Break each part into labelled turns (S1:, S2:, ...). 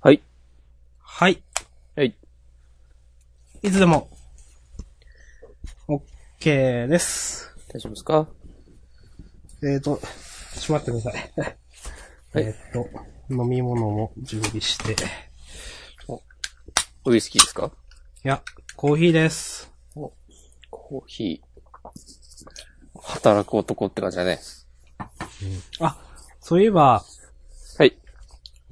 S1: はい。
S2: はい。
S1: はい。
S2: いつでも。OK です。
S1: 大丈夫ですか
S2: えーと、ちょっと待ってください。えーと、飲み物も準備して。い
S1: ウイスキーですか
S2: や、コーヒーです。
S1: コーヒー。働く男って感じだね。
S2: あ、そういえば、
S1: はい。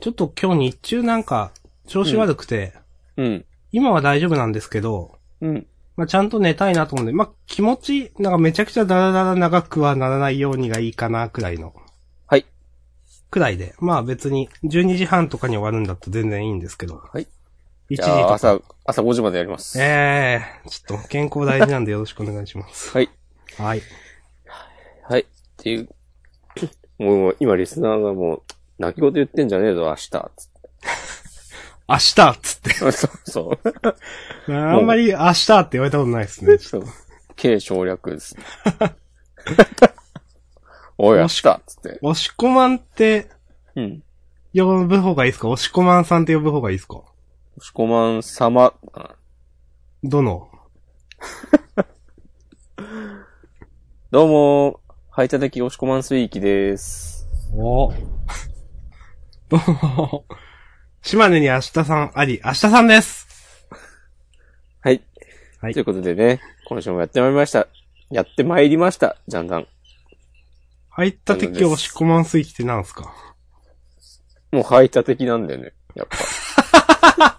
S2: ちょっと今日日中なんか、調子悪くて、
S1: うん。
S2: 今は大丈夫なんですけど、
S1: うん。
S2: まあ、ちゃんと寝たいなと思うんで、まあ、気持ち、なんかめちゃくちゃダラダラ長くはならないようにがいいかな、くらいの。
S1: はい。。
S2: くらいで。まあ別に、12時半とかに終わるんだと全然いいんですけど。はい
S1: じ
S2: 1時と
S1: ゃあ、
S2: か。
S1: 朝、朝5時までやります。
S2: ええちょっと健康大事なんでよろしくお願いします。
S1: はい。
S2: はい。
S1: はい。っていう。 もう、今、リスナーがもう、泣き言言ってんじゃねえぞ、明日。つっ
S2: 明日っつって。
S1: て そうそう。
S2: あんまり明日って言われたことない ですね。
S1: そう。軽省略です。 おい、明日。つって。
S2: 押し込まんって
S1: うん。
S2: 呼ぶ方がいいですか押し込まんさんって呼ぶ方がいいですか
S1: 押しこまん様かな。
S2: どの
S1: どうも、排他的押しこまん水域です。
S2: おどうも。 島根に明日さんあり、明日さんです
S1: はい。
S2: はい
S1: ということでね、今週もやってまいりました。やってまいりました、じゃんじゃん。
S2: 入った敵押し込まん水域ってなんすか
S1: もう排他的なんだよね。やっぱ。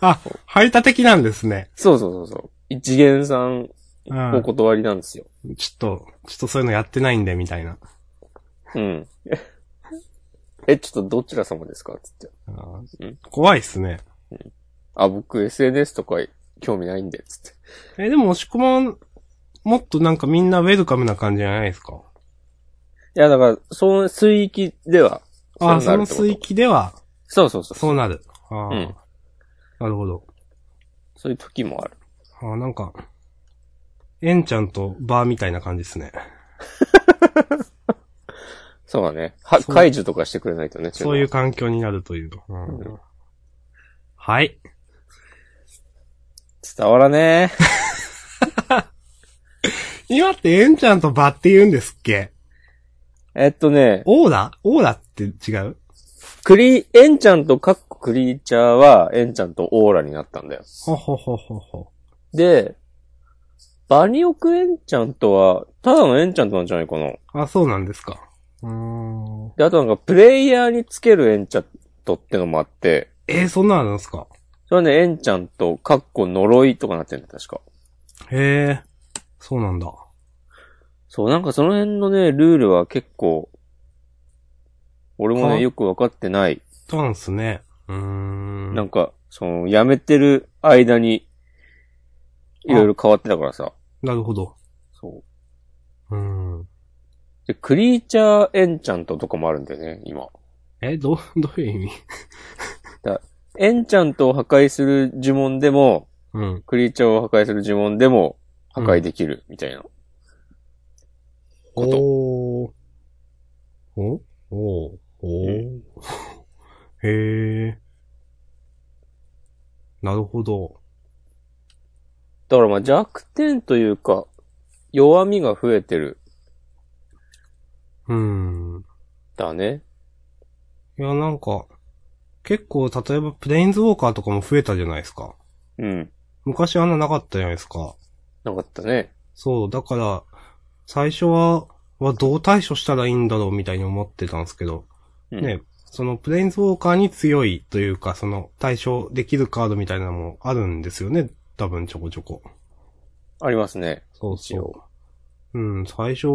S2: あ、排他的なんですね。
S1: そうそうそうそう。一元さん、
S2: う
S1: お
S2: ん。ちょ
S1: 断りなんですよ。
S2: っと、ちょっとそういうのやってないんで、みたいな。
S1: うん。 え、ちょっとどちら様ですかつって。
S2: あー
S1: うん
S2: 怖いっすね。
S1: あ、僕 SNS とか興味ないんで、つって。
S2: え、でも押し込まん、もっとなんかみんなウェルカムな感じじゃないですか
S1: いや、だから、その水域では、
S2: あー、
S1: そう
S2: そ
S1: なる
S2: の
S1: ってこと
S2: 水域では、
S1: そうそうそう。
S2: そうなる。あー
S1: うん
S2: なるほど。
S1: そういう時もある。
S2: あーなんか、エンちゃんとバーみたいな感じですね。
S1: そうだね。は、
S2: そう
S1: 解除とかしてくれないとね。
S2: そういう。環境になるという。うん
S1: うん
S2: はい。
S1: 伝わらねえ。
S2: 今ってエンちゃんとバって言うんですっけ
S1: えっとね、
S2: オーラオーラって違う
S1: クリ、エンちゃんとカッコクリーチャーは、エンちゃんとオーラになったんだよ。
S2: ほほほほほ。
S1: で、バニオクエンちゃんとは、ただのエンちゃんとなんじゃないかな。
S2: あ、そうなんですか。うーん。
S1: で、あとなんか、プレイヤーにつけるエンチャントってのもあって、
S2: えー、そんなのあるんですか
S1: それはね、エンちゃんと、カッコ呪いとかなってるんだよ、確か。
S2: へえ、そうなんだ。
S1: そう、なんかその辺のね、ルールは結構、俺も
S2: は
S1: ね、よくわかってない。
S2: そうなんすね。うーん。
S1: なんか、その、やめてる間に、いろいろ変わってたからさ。
S2: なるほど。
S1: そう。
S2: うーん。
S1: で、クリーチャーエンチャントとかもあるんだよね、今。
S2: え、ど、どういう 意味
S1: エンチャントを破壊する呪文でも、
S2: うん。
S1: クリーチャーを破壊する呪文でも破壊できる、みたいな。こと
S2: おー。おおーお
S1: う
S2: ー へえ。なるほど。
S1: だからまあ弱点というか、弱みが増えてる、
S2: うーん。
S1: だね。
S2: いや、なんか、結構、例えば、プレインズウォーカーとかも増えたじゃないですか。
S1: うん。
S2: 昔あんななかったじゃないですか。
S1: なかったね。
S2: そう、だから、最初は、はどう対処したらいいんだろうみたいに思ってたんですけど、
S1: うん、
S2: ね、そのプレインズウォーカーに強いというか、その対処できるカードみたいなのもあるんですよね。多分ちょこちょこ。
S1: ありますね。
S2: そう
S1: 一応
S2: そう。うん、最初、い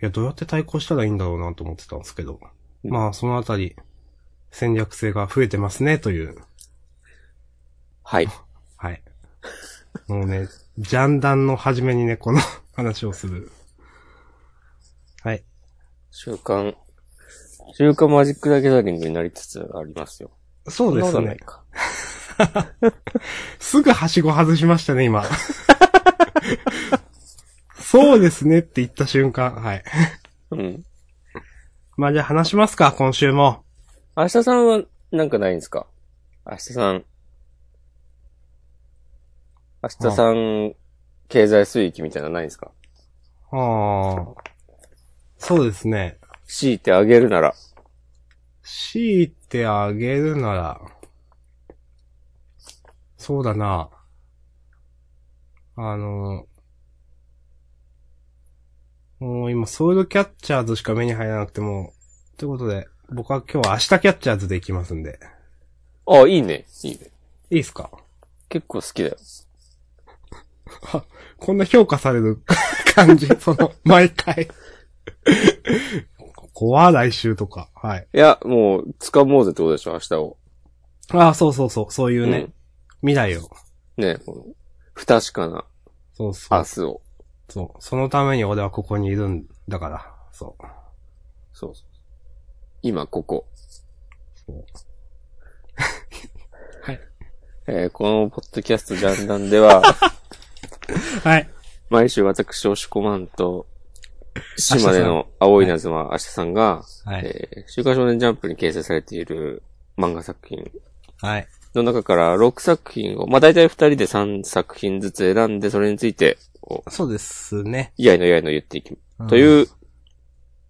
S2: や、どうやって対抗したらいいんだろうなと思ってたんですけど。
S1: うん
S2: まあ、そのあたり、戦略性が増えてますね、という。
S1: はい。
S2: はい。もうね、 ジャンダンの初めにね、この話をする。はい。
S1: 週刊、週刊マジック・ザ・ギャザリングになりつつありますよ。
S2: そうで
S1: そ
S2: す
S1: んな
S2: ね
S1: こ。とはないか
S2: すぐはしご外しましたね、今。 そうですねって言った瞬間、はい。
S1: うん。
S2: まあじゃあ話しますか、今週も。
S1: 明日さんはなんかないんですか明日さん。明日さん、経済水域みたいなのないんですか
S2: ああ。そうですね。
S1: 強いてあげるなら。
S2: 強いてあげるなら、そうだな。あの、もう今ソウルキャッチャーズしか目に入らなくてもう、ということで、僕は今日は明日キャッチャーズで行きますんで。
S1: あ、いいね。いいね。
S2: いいですか
S1: 結構好きだよ。
S2: こんな評価される 感じ、その、毎回。ここは来週とか。はい。
S1: いや、もう、掴もうぜってことでしょ、明日を。
S2: ああ、そうそうそう、そういうね、
S1: うん
S2: 未来を。
S1: ね、この、不確かな
S2: そうそう。
S1: 明日を。
S2: そう。そのために俺はここにいるんだから。そう。
S1: そうそう。今、ここ。
S2: そう
S1: えーこのポッドキャストジャンダンでは、
S2: はい。
S1: 毎週私、押し込まんと、島根の青い稲妻、明日さんが、
S2: はい。
S1: えー週刊少年ジャンプに掲載されている漫画作品
S2: はい。
S1: の中から6作品を、まあ、大体2人で3作品ずつ選んで、それについて、こう
S2: そうですね。
S1: いやいのいやいの言っていき、
S2: うん
S1: という、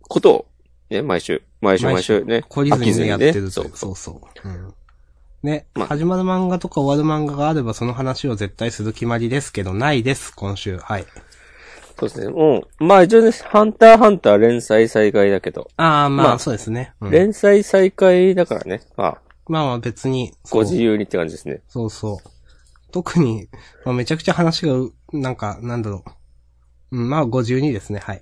S1: ことを、ね、毎週、毎週毎週ね、
S2: 懲りずにねやってるという
S1: ねそうそう。
S2: そうそう。うんね、
S1: まあ
S2: 始まる漫画とか終わる漫画があればその話を絶対する決まりですけど、ないです、今週。はい。
S1: そうですね。もう、まあ一応ね、ハンターハンター連載再開だけど、
S2: ああ、まあ、
S1: まあ
S2: そうですね。うん
S1: 連載再開だからね、まあ、
S2: まあまあ別に、
S1: ご
S2: そう
S1: 自由にって感じですね。
S2: そうそう。特に、まあ、めちゃくちゃ話がう、なんか、なんだろう。うん、まあ52ですね、はい。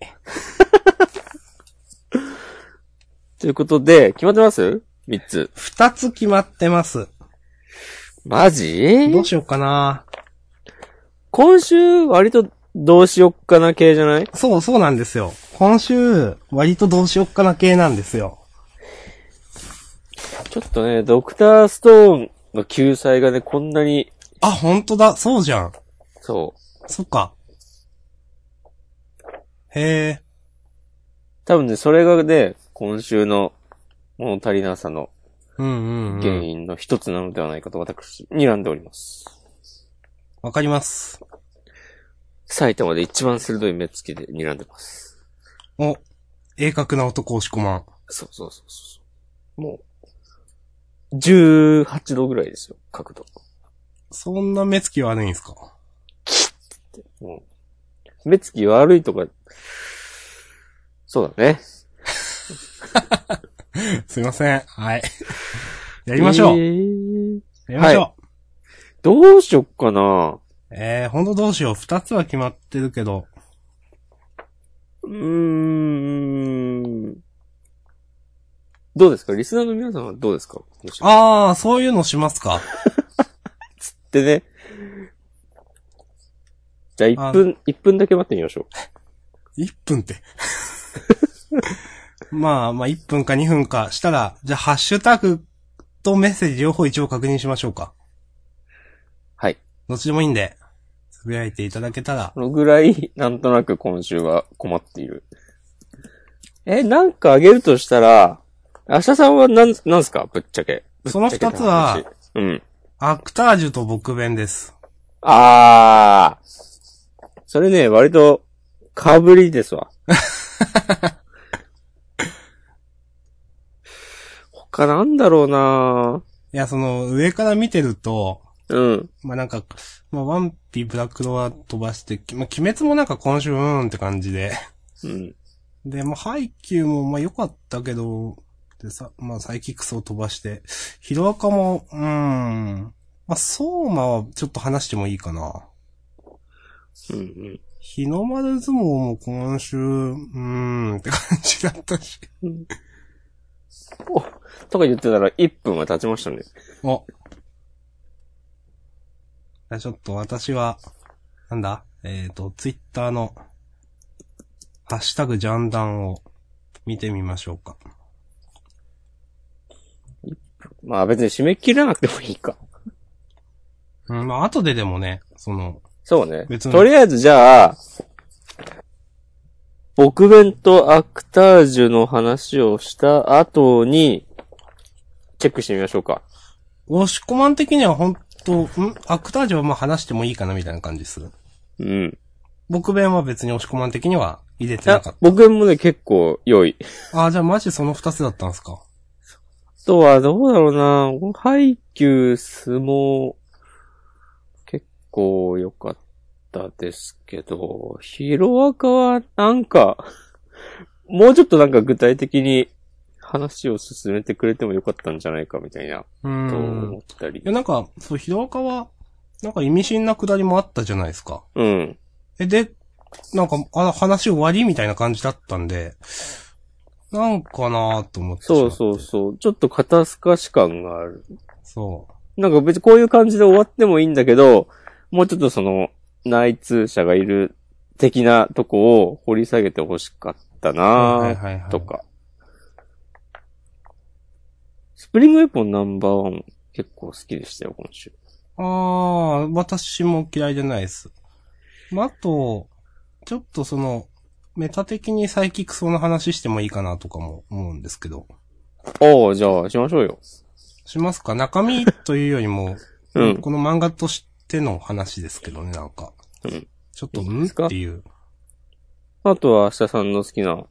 S1: ということで、決まってます ?3 つ。
S2: 二つ決まってます。
S1: マジ
S2: どうしようかな
S1: 今週、割と、どうしよっかな系じゃない
S2: そう、そうなんですよ。今週、割とどうしよっかな系なんですよ。
S1: ちょっとね、ドクターストーンの救済がね、こんなに、
S2: あ、本当だ、そうじゃん。
S1: そう。
S2: そっか。へえ、
S1: 多分ね、それがね、今週の物足りなさの
S2: うんうん、う
S1: 原
S2: ん。
S1: 因の一つなのではないかと私、睨んでおります。
S2: わかります。
S1: 埼玉で一番鋭い目つきで睨んでます。
S2: お、鋭角な男押し込まん。
S1: そうそうそうそう。もう、18度ぐらいですよ、角度。
S2: そんな目つき悪いんすか
S1: もう、目つき悪いとか、そうだね。
S2: すいません。はい。やりましょう。
S1: えー
S2: やりましょう。
S1: どうしよっかな
S2: えー、ほんとどうしよう。二つは決まってるけど。
S1: うーん。どうですかリスナーの皆さんはどうですかあ
S2: あー、そういうのしますか。
S1: ってね。じゃあ1分、一分だけ待ってみましょ
S2: 1分って。 まあまあ1分か2分かしたら、じゃあハッシュタグとメッセージ両方一応確認しましょうか。
S1: はい。
S2: どっちでもいいんで、つぶやいていただけたら
S1: う。。このぐらい、なんとなく今週は困っている。え、なんかあげるとしたら、明日さんはなん、なんすかぶっちゃけ。
S2: その二つは
S1: ぶっちゃけた話、うん。
S2: アクタージュと僕弁です。
S1: あー。それね、割と、かぶりです わ。他なんだろうない
S2: や、その、上から見てると、
S1: うん。
S2: まあなんか、まあワンピ、ブラックロア飛ばして、まあ鬼滅もなんか今週うーんって感じで。
S1: うん。
S2: で、まあハイキューもまあ良かったけど、でさ、まあサイキックスを飛ばして、ヒロアカも、うーん。まあ、ソーマはちょっと話してもいいかな。
S1: うんうん。
S2: 日の丸相撲も今週、うーんって感じだったし。
S1: おとか言ってたら1分は経ちましたね。
S2: お。じゃあちょっと私は、なんだえっ、と、ツイッターの、ハッシュタグジャンダンを見てみましょうか。
S1: まあ別に締め切らなくてもいいか。
S2: うん、まあ後ででもね、その、
S1: そうね。
S2: 別に
S1: とりあえずじゃあ、僕弁とアクタージュの話をした後に、チェックしてみましょうか。
S2: 押し込まん的には本当んアクタージュはまあ話してもいいかなみたいな感じする。
S1: うん。
S2: 僕弁は別に押し込まん的には入れてな
S1: あ
S2: かっ
S1: 僕もね、結構良い。
S2: た。ああ、じゃあマジその二つだったんですか。
S1: あとは、どうだろうな配球、相撲、結構良かったですけど、ヒロアカは、なんか、もうちょっとなんか具体的に話を進めてくれてもよかったんじゃないかみたいな、
S2: う
S1: と
S2: ん。
S1: 思ったり
S2: い。や、なんか、そう、ヒロアカは、なんか意味深なくだりもあったじゃないですか。
S1: うん。
S2: え、で、なんか、あ、話終わりみたいな感じだったんで、なんかなと思ってしま
S1: そ
S2: っ
S1: う
S2: て
S1: そうそう。ちょっと肩透かし感がある。
S2: そ
S1: なんか別にこういう感じで終わってもいいんだけど、もうちょっとその、内通者がいる的なとこを掘り下げてほしかった
S2: う。
S1: な
S2: はいはいはい
S1: と。か。スプリングウェポンナンバーワン結構好きでしたよ、今週。
S2: ああ、私も嫌いじゃないです。まあ、あと、ちょっとその、メタ的にサイキックスの話してもいいかなとかも思うんですけど。
S1: ああ、じゃあしましょうよ。
S2: しますか中身というよりも、
S1: うん。
S2: この漫画としての話ですけどね、なんか。
S1: うん
S2: ちょっと、
S1: いい
S2: ん
S1: で
S2: っ
S1: すか
S2: ていう。
S1: あとは明日さんの好きな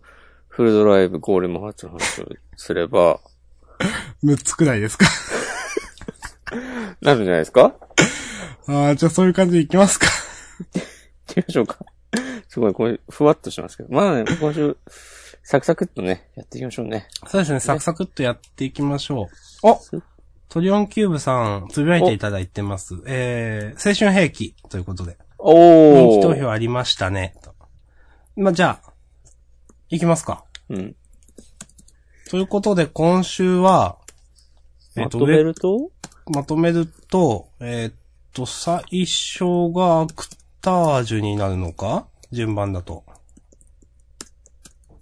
S1: フルドライブ、ゴーレムハーツの話をすれば、
S2: 6つくらいですか。
S1: なるんじゃないですか
S2: ああ、じゃあそういう感じでいきますか。
S1: 行ってみましょうか。すごい、これ、ふわっとしますけど。まあね、今週、サクサクっとね、やっていきましょうね。
S2: そうですね、サクサクっとやっていきましょう。おトリオンキューブさん、つぶやいていただいてます。えー、青春兵器ということで。人
S1: お
S2: 気
S1: ー。
S2: 投票ありましたね。とまあ、じゃあ、いきますか。
S1: うん。
S2: ということで、今週は、えっ、
S1: ま
S2: と、
S1: とめると
S2: 上まとめると、えっ、と、最初がアクタージュになるのか順番だと。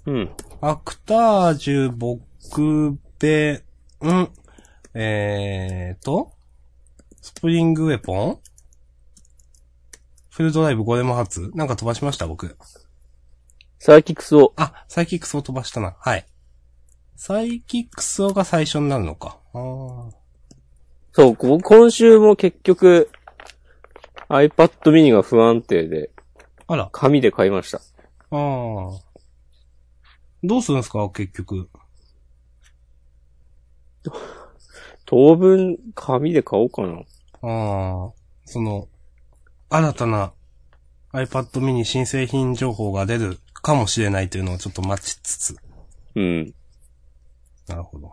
S1: うん。
S2: アクタージュ、僕、べ、ん、えーと、スプリングウェポンフルドライブゴレムハーツなんか飛ばしました僕。
S1: サーキックスを。
S2: あ、サイキックスを飛ばしたな。はい。サイキックスをが最初になるのか。あー
S1: そう、こ今週も結局、iPad mini が不安定で、
S2: あら。
S1: 紙で買いました。
S2: あーどうするんですか結局。
S1: 当分、紙で買おうかな。
S2: ああ。その、新たな iPad mini 新製品情報が出るかもしれないというのをちょっと待ちつつ。
S1: うん。
S2: なるほど。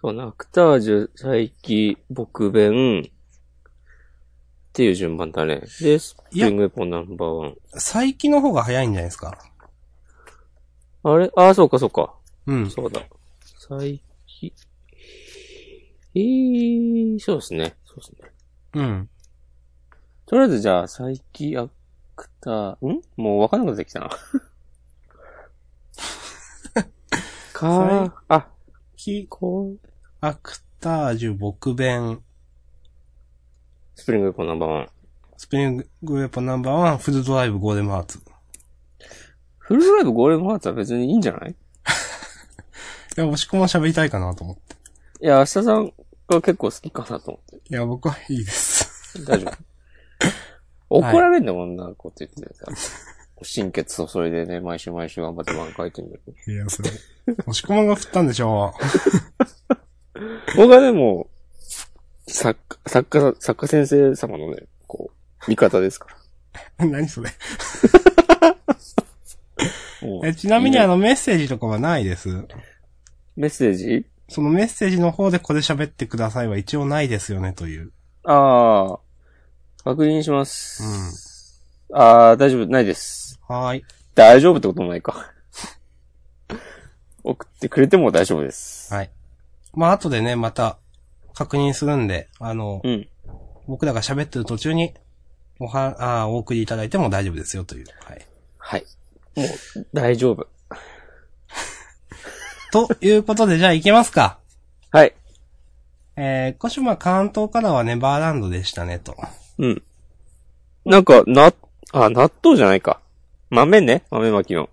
S1: そうね、アクタージュ、最近、僕弁、っていう順番だね。で、スプリングエポンナンバーワン。
S2: サイキの方が早いんじゃないですか
S1: あれああ、そうか、そうか。
S2: うん。
S1: そうだ。最近。えー、そうですね。そうですね。
S2: うん。
S1: とりあえずじゃあ、最近アクター、んもうわかんなくなってき たな。かあ、
S2: き、
S1: こう、
S2: アクタージュ、僕弁、
S1: スプリングウェポンナンバーワン。
S2: スプリングウェポンナンバーワン、フルドライブゴーデンハーツ。
S1: フルドライブゴーレムハーツは別にいいんじゃない
S2: いや、押し込まん喋りたいかなと思って。
S1: いや、明日さんが結構好きかなと思って。
S2: いや、僕はいいです。
S1: 大 丈夫。怒られんだもんな、こうって言ってさ。心血注いでね、毎週毎週頑張って漫画書いてんだけど。
S2: いや、それ。 押し込まんが振ったんでしょ
S1: 僕はでも、作家、作家、作家先生様のね、こう、味方ですか
S2: う。 何それ。
S1: ら。もう
S2: えちなみにあのメッセージとかはないです。
S1: メッセージ
S2: そのメッセージの方でここで喋ってくださいは一応ないですよねという。
S1: ああ、確認します。ああ、大丈夫、ないです。
S2: はーい。
S1: 大丈夫ってこともないか。 送ってくれても大丈夫です。
S2: はい。まあ、後でね、また確認するんで、あの、
S1: うん。
S2: 僕らが喋ってる途中に、おは、あーお送りいただいても大丈夫ですよという。はい。
S1: はい。もう、大丈夫。
S2: ということで、じゃあ行けますか。
S1: はい。
S2: えー、今週まあ関東からはネバーランドでしたねと。
S1: うん。なんか、な、あ、納豆じゃないか。豆ね、豆巻きの。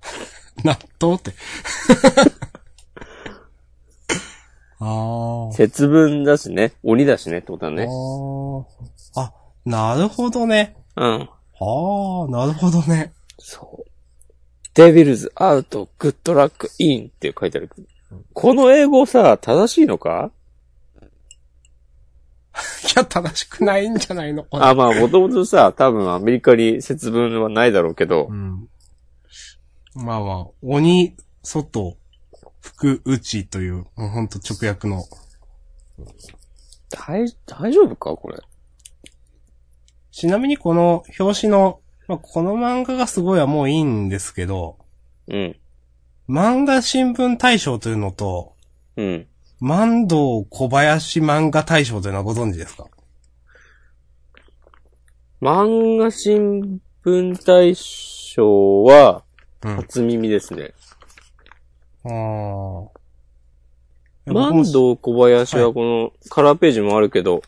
S2: 納豆って。ああー
S1: 節分だしね。鬼だしねってことだ
S2: あ
S1: ね。
S2: ー。あ、なるほどね。
S1: うん。
S2: ああ、なるほどね。
S1: そう。デビルズアウト、グッドラックインって書いてある。この英語さ、正しいのか
S2: いや、正しくないんじゃないのこれ。
S1: あ、まあ、もともとさ、多分アメリカに節分はないだろうけど
S2: う、ん。まあまあ、鬼、外、福、内という、もうほんと直訳の。
S1: 大、大丈夫かこれ。
S2: ちなみにこの表紙の、まあ、この漫画がすごいはもういいんですけど、
S1: うん。
S2: 漫画新聞大賞というのと、
S1: うん。
S2: 万道小林漫画大賞というのはご存知ですか
S1: 漫画新聞大賞は、
S2: うん。あ
S1: 初耳ですね。
S2: あ。
S1: 万道小林はこの、カラーページもあるけど、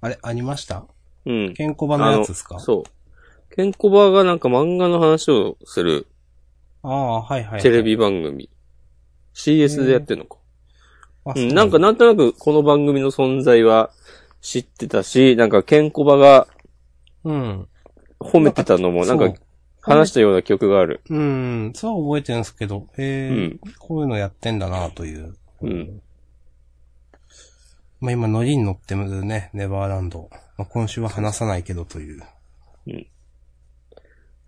S2: あれ、ありました
S1: うん。
S2: 健康版のやつですか
S1: そう。ケンコバがなんか漫画の話をする
S2: ああ、はいはいはい。
S1: テレビ番組。CS でやってんのか。
S2: あ。
S1: う、
S2: そうん
S1: なんかなんとなくこの番組の存在は知ってたし、なんかケンコバが
S2: うん。
S1: 褒めてたのもなんか
S2: そう
S1: 話したような記憶がある。
S2: うん、そうは覚えてるんですけど、へえ、
S1: うん
S2: こういうのやってんだなという。
S1: うん。
S2: まあ今、ノリに乗ってるね、ネバーランド。まあ、今週は話さないけどという。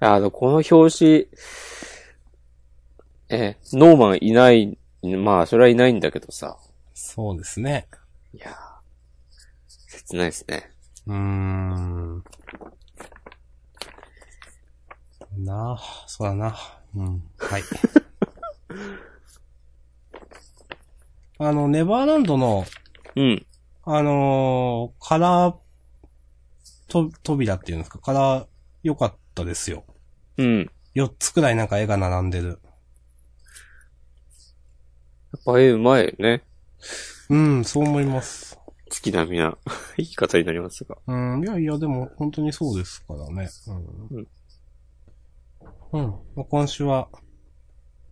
S1: あの、この表紙、え、ノーマンいない、まあ、それはいないんだけどさ。
S2: そうですね。
S1: いやー切ないですね。
S2: うーん。なあ、そうだな。うん。はい。 あの、ネバーランドの、
S1: うん。
S2: あのーカラー、と、扉っていうんですか、カラー、良かったですよ。
S1: うん。
S2: 4つくらいなんか絵が並んでる。
S1: やっぱ絵うまいよね。
S2: うん、そう思います。
S1: 月並みな 言い方になりますが。
S2: うん、いやいや、でも本当にそうですからね。
S1: うん
S2: うん。うん。まあ今週は、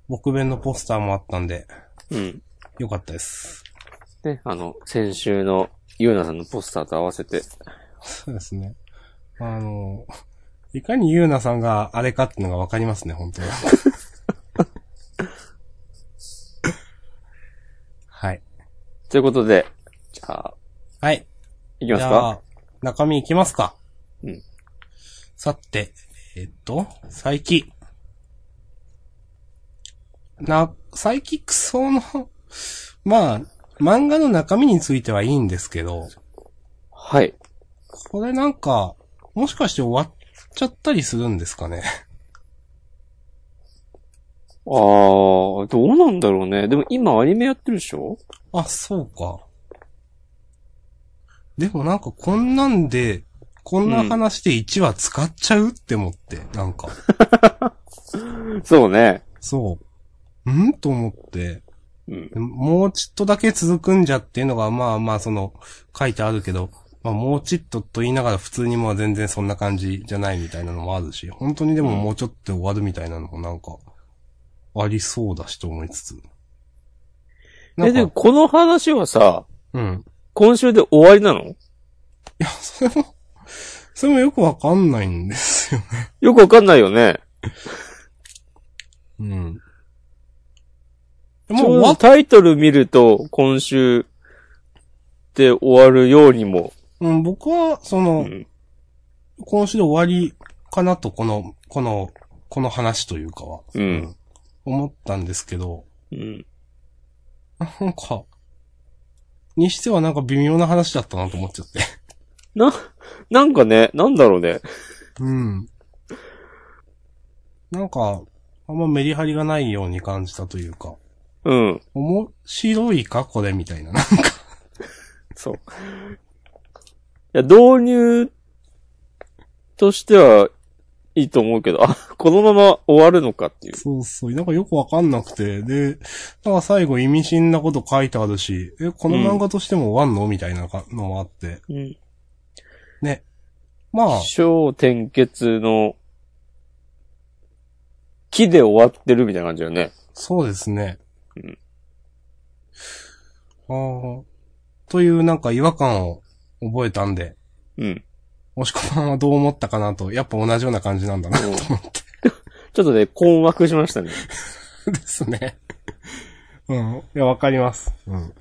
S2: 僕弁のポスターもあったんで、
S1: うん。
S2: よかったです。
S1: ね、あの、先週のゆうなさんのポスターと合わせて。
S2: そうですね。あの、いかにゆうなさんがあれかっていうのがわかりますね、本 当に。はい。
S1: ということで、じゃあ、
S2: はい。
S1: いきます
S2: じゃ
S1: か
S2: あ中身いきますか。
S1: うん。
S2: さて、えっと、佐伯。な、佐伯クソの、まあ、漫画の中身についてはいいんですけど、
S1: はい。
S2: これなんか、もしかして終わっちゃったりするんですかね。
S1: あー、どうなんだろうね。でも今アニメやってるでしょ
S2: あ、そうか。でもなんかこんなんで、こんな話で1話使っちゃうって思って、なんか。
S1: そうね。
S2: そう。んと思って。
S1: うん。
S2: もうちっとだけ続くんじゃっていうのが、まあまあ、その、書いてあるけど、まあ、もうちっとと言いながら普通にもう全然そんな感じじゃないみたいなのもあるし、本当にでももうちょっとで終わるみたいなのもなんか、ありそうだしと思いつつ。な
S1: え、
S2: ん
S1: でも
S2: か、
S1: この話はさ、
S2: うん。
S1: 今週で終わりなの
S2: いや、それも、それもよくわかんないんですよね。
S1: よくわかんないよね。
S2: うん。
S1: ち
S2: もう
S1: ょ
S2: 終
S1: う
S2: わ
S1: ど
S2: っ、
S1: タイトル見ると、今週で終わるようにも。
S2: うん、僕は、その、
S1: うん。
S2: 今週で終わりかなと、この、この、この話というかは。
S1: うん
S2: 思ったんですけど、
S1: うん。
S2: なんか、にしてはなんか微妙な話だったなと思っちゃって。
S1: な、なんかね、なんだろうね。
S2: うん。なんか、あんまメリハリがないように感じたというか、
S1: うん。
S2: 面白いかこれみたいな。なんか
S1: そう。いや、導入としてはいいと思うけど、あ、このまま終わるのかっていう。
S2: そうそう。なんかよくわかんなくて、で、なんか最後意味深なこと書いてあるし、え、この漫画としても終わんのみたいなかのもあって。
S1: うん。
S2: ね。まあ、
S1: 小転結の木で終わってるみたいな感じだよね。
S2: そうですね。
S1: うん
S2: あーというなんか違和感を覚えたんで、
S1: うん。
S2: 押し込まんはどう思ったかなと、やっぱ同じような感じなんだなと
S1: うん
S2: 思って
S1: ちょっとね、困惑しましたね。
S2: ですね。うん。いや、わかります。うん。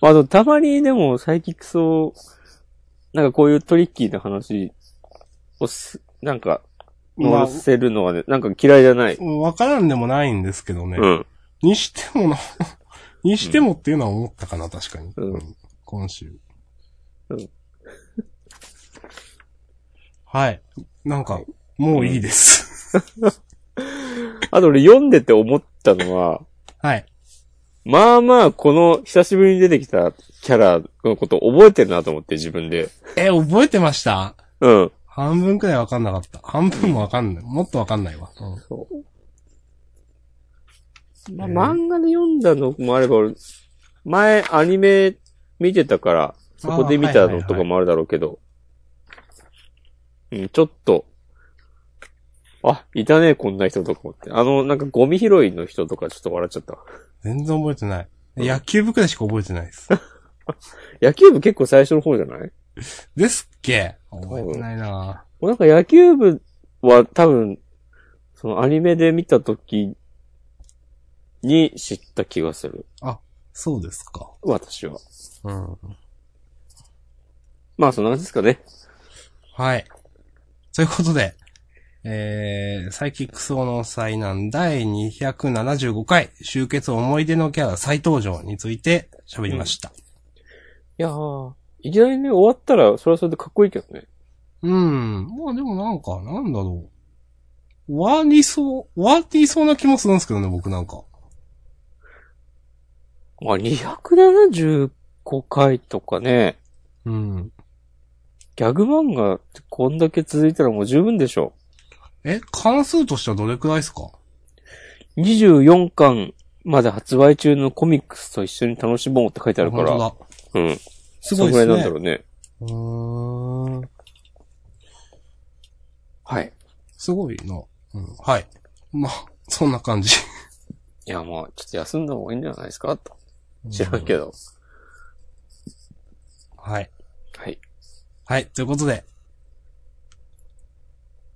S1: まあ、あと、たまにでも、サイキックスを、なんかこういうトリッキーな話をす、なんか、
S2: まあ
S1: 載せるのはね、なんか嫌いじゃない。
S2: わからんでもないんですけどね。
S1: うん。
S2: にしてもな、 にしてもっていうのは思ったかな、確かに。
S1: うん
S2: 今週。
S1: うん
S2: はい。なんか、もういいです。
S1: あと俺読んでて思ったのは、
S2: はい。
S1: まあまあ、この久しぶりに出てきたキャラのこと覚えてるなと思って自分で。
S2: え、覚えてました
S1: うん。
S2: 半分くらいわかんなかった。半分もわかんない。もっとわかんないわ。うん
S1: まあ、
S2: えー
S1: 漫画で読んだのもあれば、俺前アニメ見てたから、そこで見たのとかもあるだろうけど、うん、ちょっと、あ、いたね、こんな人とか思って。あの、なんかゴミ拾いの人とかちょっと笑っちゃった。
S2: 全然覚えてない。
S1: うん
S2: 野球部くらいしか覚えてない です。
S1: 野球部結構最初の方じゃない
S2: ですっけ覚えてないな
S1: 俺なんか野球部は多分、そのアニメで見た時に知った気がする。
S2: そうですか。
S1: 私は。
S2: うん。
S1: まあ、そんな感じですかね。
S2: はい。ということで、えー、サイキックソーの災難第275回、集結思い出のキャラ再登場について喋りました。
S1: いやー、いきなりね、終わったら、それはそれでかっこいいけどね。
S2: うん。まあでもなんか、なんだろう。終わりそう、終わりそうな気もするんですけどね、僕なんか。
S1: まあ、275回とかね、
S2: うん。
S1: ギャグ漫画ってこんだけ続いたらもう十分でしょ。
S2: え、関数としてはどれくらいですか
S1: 24巻まで発売中のコミックスと一緒に楽しもうって書いてあるから。
S2: 本
S1: うん。
S2: 当だ。すご
S1: そん
S2: いです
S1: ぐらいなん
S2: ね
S1: だろ。うね。
S2: うーん。
S1: はい。
S2: すごいな。うん。はい。まあ、そんな感じ。
S1: いや、まあ、ちょっと休んだ方がいいんじゃないですかと。知らんけど。
S2: はい。
S1: はい。
S2: はい、ということで。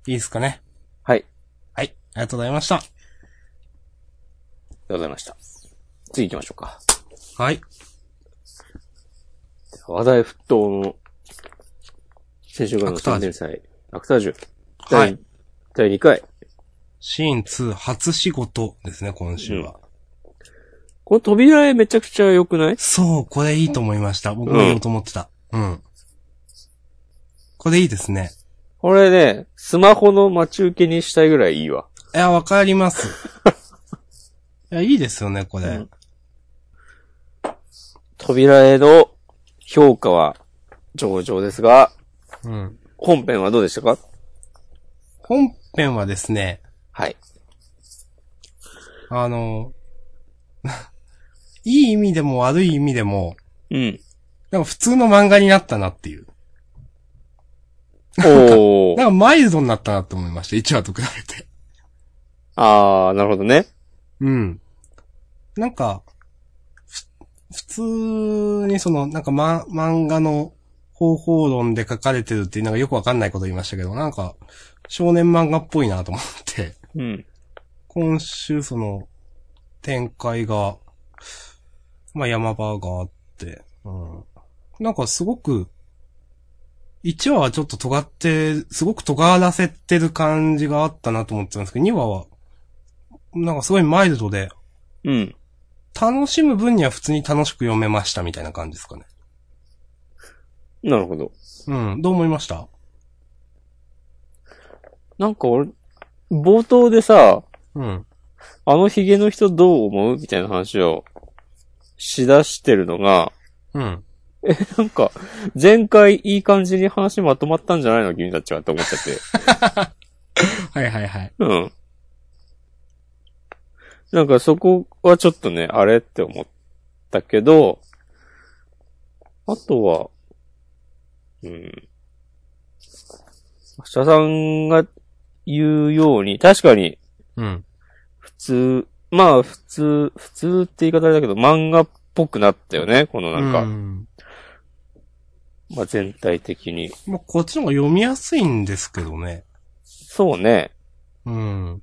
S2: いいですかね。
S1: はい。
S2: はい、ありがとうございました。
S1: ありがとうございました。次行きましょうか。
S2: はい。
S1: 話題沸騰の、先週からの新連載、アクタージュ。
S2: は
S1: 第
S2: い。
S1: 第2回。
S2: シーン2初仕事ですね、今週は。
S1: この扉絵めちゃくちゃ良くない
S2: そう、これいいと思いました。僕も言おうと思ってた。うん。これいいですね。
S1: これね、スマホの待ち受けにしたいぐらいいいわ。
S2: いや、わかります。 いや、いいですよね、これ。
S1: うん扉絵の評価は上々ですが、
S2: うん
S1: 本編はどうでしたか
S2: 本編はですね、
S1: はい。
S2: あの、 いい意味でも悪い意味でも、
S1: うん。
S2: なんか普通の漫画になったなっていう。
S1: お
S2: な
S1: ー。
S2: んかマイルドになったなって思いました、1話と比べて。
S1: あー、なるほどね。
S2: うん。なんか、ふ普通にその、なんかま、漫画の方法論で書かれてるっていう、なんかよくわかんないこと言いましたけど、なんか、少年漫画っぽいなと思って、
S1: うん。
S2: 今週その、展開が、まあ、山場があって、うん。なんかすごく、1話はちょっと尖って、すごく尖らせてる感じがあったなと思ってたんですけど、2話は、なんかすごいマイルドで、
S1: うん。
S2: 楽しむ分には普通に楽しく読めましたみたいな感じですかね。
S1: なるほど。
S2: うん。どう思いました
S1: なんか俺、冒頭でさ、
S2: うん。
S1: あのヒゲの人どう思うみたいな話をしだしてるのが、
S2: うん。
S1: なんか、前回いい感じに話まとまったんじゃないの君たちはって思っちゃって。
S2: はいはいはい。
S1: うん。なんかそこはちょっとね、あれって思ったけど、あとは、うん。明日さんが言うように、確かに
S2: うん。
S1: 普通、まあ普通、普通って言い方あれだけど、漫画っぽくなったよね、このなんか。
S2: うん
S1: まあ全体的に。
S2: まあ、こっちの方が読みやすいんですけどね。
S1: そうね。
S2: うん。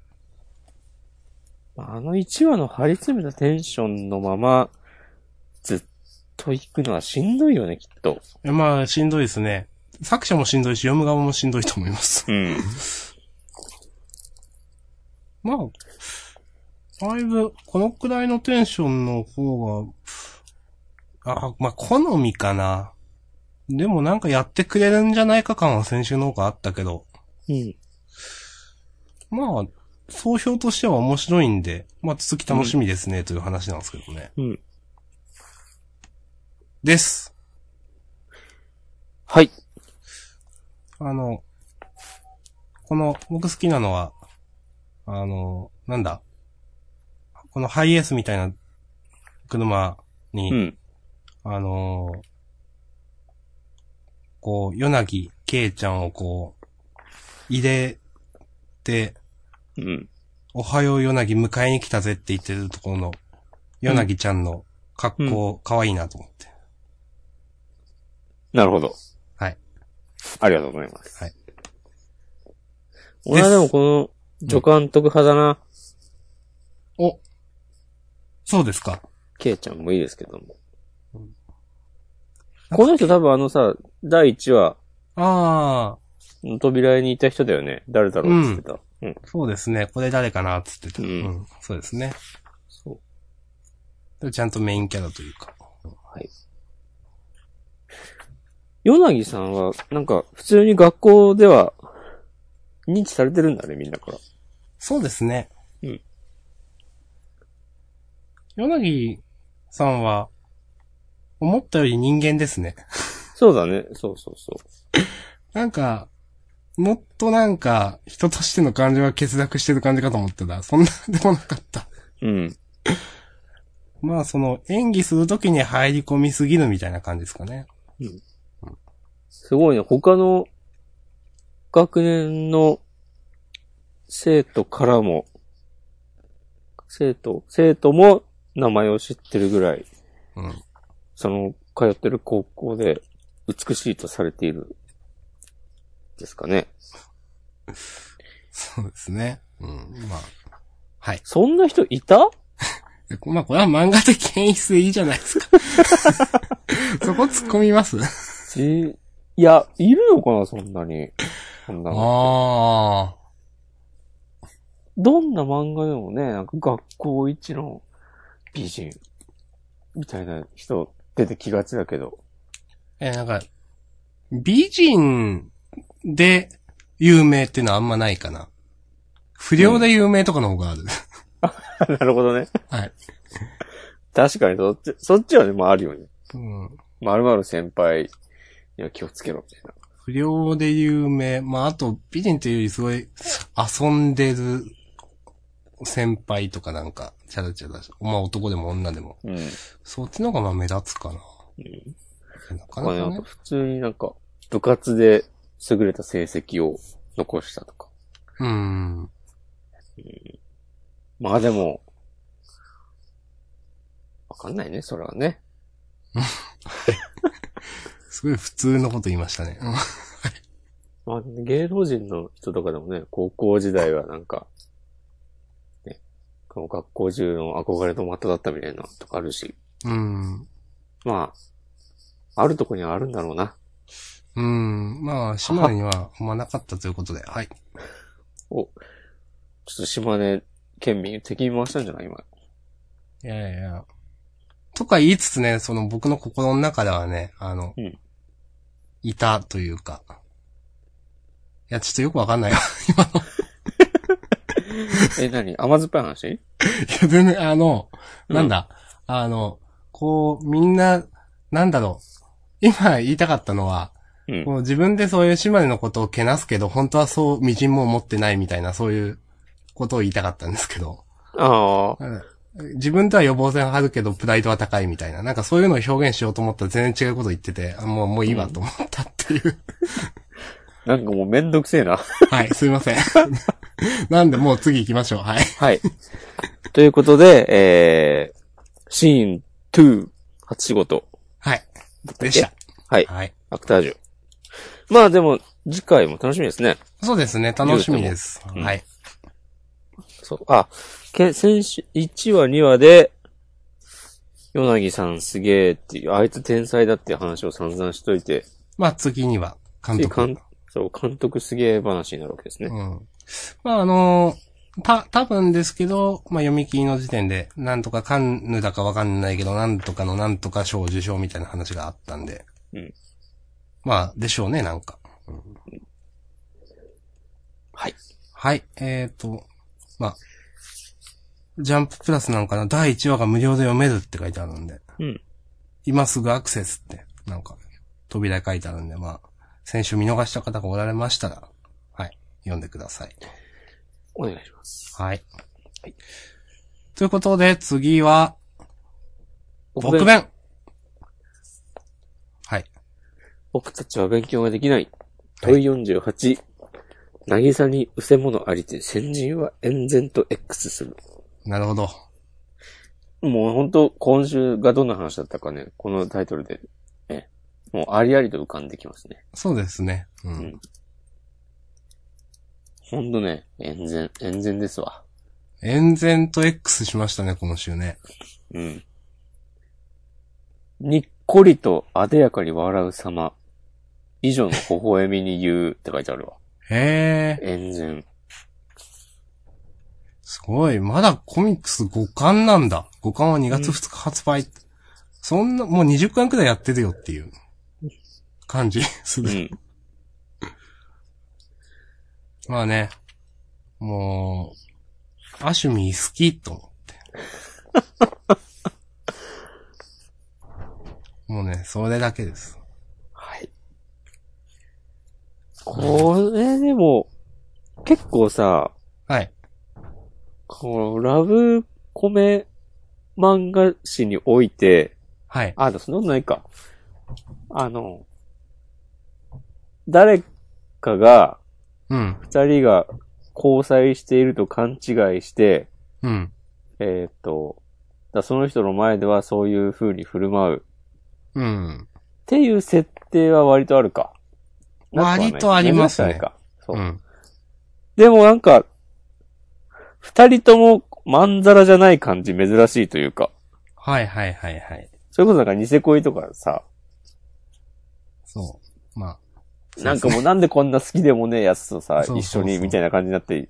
S1: あの1話の張り詰めたテンションのまま、ずっと行くのはしんどいよね、きっと。
S2: いやまあ、しんどいですね。作者もしんどいし、読む側もしんどいと思います。
S1: うん。
S2: まあ、だいぶ、このくらいのテンションの方が、あ、まあ、好みかな。でもなんかやってくれるんじゃないか感は先週の方があったけど、
S1: うん。
S2: まあ、総評としては面白いんで、まあ、続き楽しみですね、という話なんですけどね。
S1: うん。
S2: です。
S1: はい。
S2: あの、この、僕好きなのは、あの、なんだ。このハイエースみたいな車に、
S1: うん。
S2: あのーこう、ヨナギ、ケイちゃんをこう、入れて、
S1: うん。
S2: おはようヨナギ迎えに来たぜって言ってるところの、ヨナギちゃんの格好、可愛いなと思って。
S1: なるほど。
S2: はい。
S1: ありがとうございます。
S2: はい。
S1: 俺はでもこの、助監督派だな。
S2: おそうですか。
S1: ケイちゃんもいいですけども
S2: うん。
S1: この人多分あのさ、第1話、
S2: あ
S1: 扉絵にいた人だよね。誰だろうって言ってた。うん。
S2: あ、そうですね。これ誰かなっつってた、
S1: うん
S2: うん。そうですね。
S1: そう。
S2: ちゃんとメインキャラというか。
S1: ヨナギさんは、なんか、普通に学校では、認知されてるんだね、みんなから。
S2: そうですね。
S1: うん。
S2: 柳さんは、思ったより人間ですね。
S1: そうだね。そうそうそ
S2: なんか、もっとなんか、人としての感情が欠落してる感じかと思ってたら、そんなでもなかった。
S1: う。うん。
S2: まあ、その、演技するときに入り込みすぎるみたいな感じですかね。
S1: すごいね。他の、学年の、生徒からも、生徒、生徒も名前を知ってるぐらい、
S2: うん。
S1: その、通ってる高校で、美しいとされている、ですかね。
S2: そうですね。うん。まあ、はい。
S1: そんな人いた
S2: えまあ、これは漫画的演出でいいじゃないです か。そこ突っ込みます
S1: えーいや、いるのかな、そんなに。そんなの
S2: ああ。
S1: どんな漫画でもね、なんか学校一の美人、みたいな人出てきがちだけど。
S2: えーなんか、美人で有名っていうのはあんまないかな。不良で有名とかの方がある。
S1: なるほどね。
S2: はい。
S1: 確かにそっち、そっちはね、まああるよね。
S2: うん。
S1: まるまる先輩には気をつけろ、みたいな。
S2: 不良で有名。まあ、あと、美人っていうよりすごい、遊んでる先輩とかなんか、チャラチャラしまあ、男でも女でも。
S1: うん。
S2: そっちの方がまあ、目立つかな。なか
S1: まあね、
S2: な
S1: あ
S2: か
S1: と
S2: ね。
S1: 普通になんか、部活で優れた成績を残したとか。
S2: うん。
S1: まあでも、わかんないね、それはね。
S2: すごい普通のこと言いましたね。うん
S1: まあ、芸能人の人とかでもね、高校時代はなんか、ね、この学校中の憧れの的だったみたいなのとかあるし、
S2: うん。
S1: まあ、あるとこにはあるんだろうな。
S2: うん。まあ、島根にはあんまなかったということで。はい。
S1: お、ちょっと島根県民敵に回したんじゃ ない今。
S2: いやいやいや。とか言いつつね、その僕の心の中ではね、あの、
S1: うん
S2: いたというか。いや、ちょっとよくわかんない わ。
S1: え、何甘酸っぱい話
S2: いや、全然、あの、
S1: うん
S2: なんだ、あの、こう、みんな、なんだろう。今言いたかったのは、
S1: うん。
S2: こう自分でそういう島根のことをけなすけど、本当はそう、みじんも思ってないみたいな、そういうことを言いたかったんですけど。
S1: ああ、
S2: 自分とは予防線を張るけど、プライドは高いみたいな。なんかそういうのを表現しようと思ったら全然違うこと言ってて、あもう、もういいわと思ったっていう。
S1: なんかもうめんどくせえな。
S2: はい、すいません。なんで、もう次行きま しょう。はい。
S1: はい。ということで、えー、シーン2、初仕事。
S2: はい。でした。
S1: はい。
S2: はい。
S1: アクタージュ。まあでも、次回も楽しみですね。
S2: そうですね。楽しみです。
S1: うん
S2: はい。
S1: そう、あ、け先週、1話2話で、ヨナギさんすげえっていう、あいつ天才だっていう話を散々しといて、
S2: まあ、次には、監
S1: 次
S2: 督。
S1: 監そう、監督すげえ話になるわけですね。
S2: うん。まあ、あのーた、多分ですけど、まあ、読み切りの時点で、なんとかカンヌだかわかんないけど、なんとかのなんとか賞受賞みたいな話があったんで。
S1: うん
S2: まあ、でしょうね、なんか。
S1: はい。
S2: はい。えっ、ー、と、まあ、ジャンププラスなのかな第1話が無料で読めるって書いてあるんで。
S1: うん。
S2: 今すぐアクセスって、なんか、扉書いてあるんで、まあ、先週見逃した方がおられましたら、はい、読んでください。
S1: お願いします。
S2: はい。ということで、次は、僕
S1: 僕
S2: 弁はい。
S1: 僕たちは勉強ができない。問い48。なぎさにうせものありて、先人は遠然と X する。
S2: なるほど。
S1: もう本当今週がどんな話だったかね、このタイトルで、ね、もうありありと浮かんできますね。
S2: そうですね。うん。
S1: うんほんとね、遠然、遠然ですわ。
S2: 遠然と X しましたね、今週ね。
S1: うん。にっこりとあでやかに笑う様。以上の微笑みに言うって書いてあるわ。
S2: へえ、
S1: 遠然。
S2: すごい。まだコミックス5巻なんだ。5巻は2月2日発売。そんな、もう20巻くらいやってるよっていう感じす
S1: う
S2: る。
S1: ん。
S2: まあね。もう、アシュミー好きと思って。 もうね、それだけです。
S1: はい。これでも、結構さ、
S2: はい。
S1: このラブコメ漫画誌において、
S2: はい。
S1: あ、でもそんなことないか。あの、誰かが、
S2: うん。
S1: 二人が交際していると勘違いして、
S2: うん。
S1: えーっと、だその人の前ではそういう風に振る舞う。っ
S2: うん。
S1: ていう設定は割とあるか。なくはない
S2: 割とありますね
S1: なくはないかそう。
S2: うん。
S1: でもなんか、二人ともまんざらじゃない感じ珍しいというか。
S2: はいはいはいはい。
S1: それこそなんかニセ恋とかさ、
S2: そう。まあ。
S1: なんかもうなんでこんな好きでもねえやつとさ、
S2: そうそう
S1: 一
S2: そう
S1: 緒にみたいな感じになって、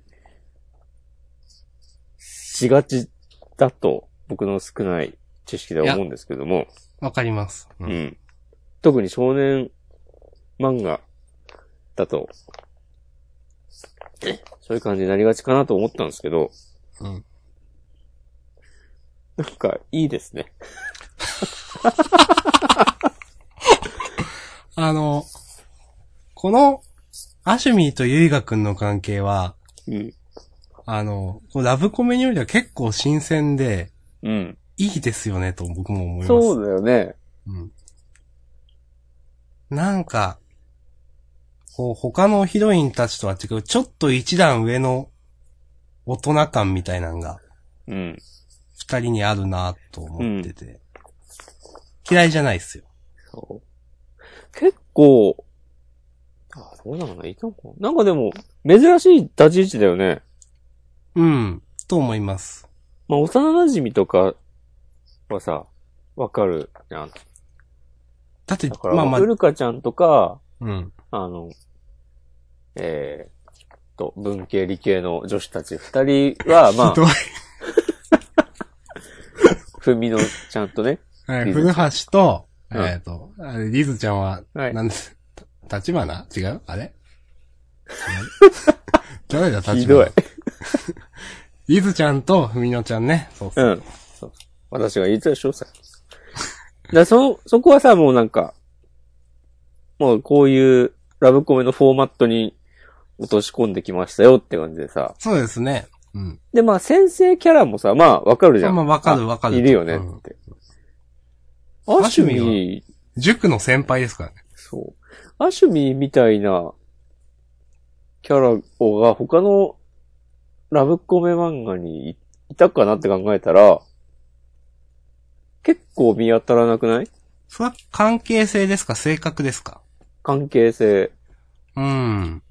S1: しがちだと僕の少ない知識では思うんですけども、
S2: わかります。う。
S1: うんん。特に少年漫画だと、そういう感じになりがちかなと思ったんですけど、
S2: うん。
S1: なんかいいですね。
S2: あの、この、アシュミーとユイガくんの関係は、
S1: うん。
S2: あの、こうラブコメにおいては結構新鮮で、
S1: うん。
S2: いいですよね、と僕も思います。
S1: そうだよね。
S2: うん。なんか、こう、他のヒロインたちとは違う、ちょっと一段上の大人感みたいなのが、
S1: うん。
S2: 二人にあるなと思ってて、嫌いじゃないっすよ。
S1: そう。結構、あ、どうなのかな、いたのかななんかでも、珍しい立ち位置だよね。
S2: うん、と思います。
S1: まあ、幼馴染とかはさ、わかるじゃん。
S2: だって、
S1: だから、
S2: まあまあ
S1: ウ、ルカちゃんとか、
S2: うん。
S1: あの、えー、っと、文系理系の女子たち二人は、ま
S2: ひどい
S1: あ、ふみのちゃんと ね、
S2: はい、
S1: リ
S2: 古
S1: ズ
S2: 橋
S1: ちゃん
S2: と、
S1: うん
S2: えっ、と、あれ、リズちゃんは、
S1: はい
S2: なんです、た立花違う あれ誰だ、立花。
S1: ひどい。
S2: リズちゃんとふみのちゃんね。そうそうう。
S1: ん。そう私が言いたいでしょ、さっき。だそ、そこはさ、もうなんか、もうこういうラブコメのフォーマットに落とし込んできましたよって感じでさ。
S2: そうですね。うん。
S1: で、まあ先生キャラもさ、まあわかるじゃん。
S2: まあわかるわかる
S1: あいるよね
S2: う
S1: っ
S2: ん
S1: て。
S2: うん
S1: アシュ
S2: アシュ
S1: ミー、
S2: 塾の先輩ですからね。
S1: そう。アシュミーみたいなキャラをが他のラブコメ漫画にいいたかなって考えたら、結構見当たらなくない
S2: それは関係性ですか性格ですか
S1: 関係性。
S2: うーん。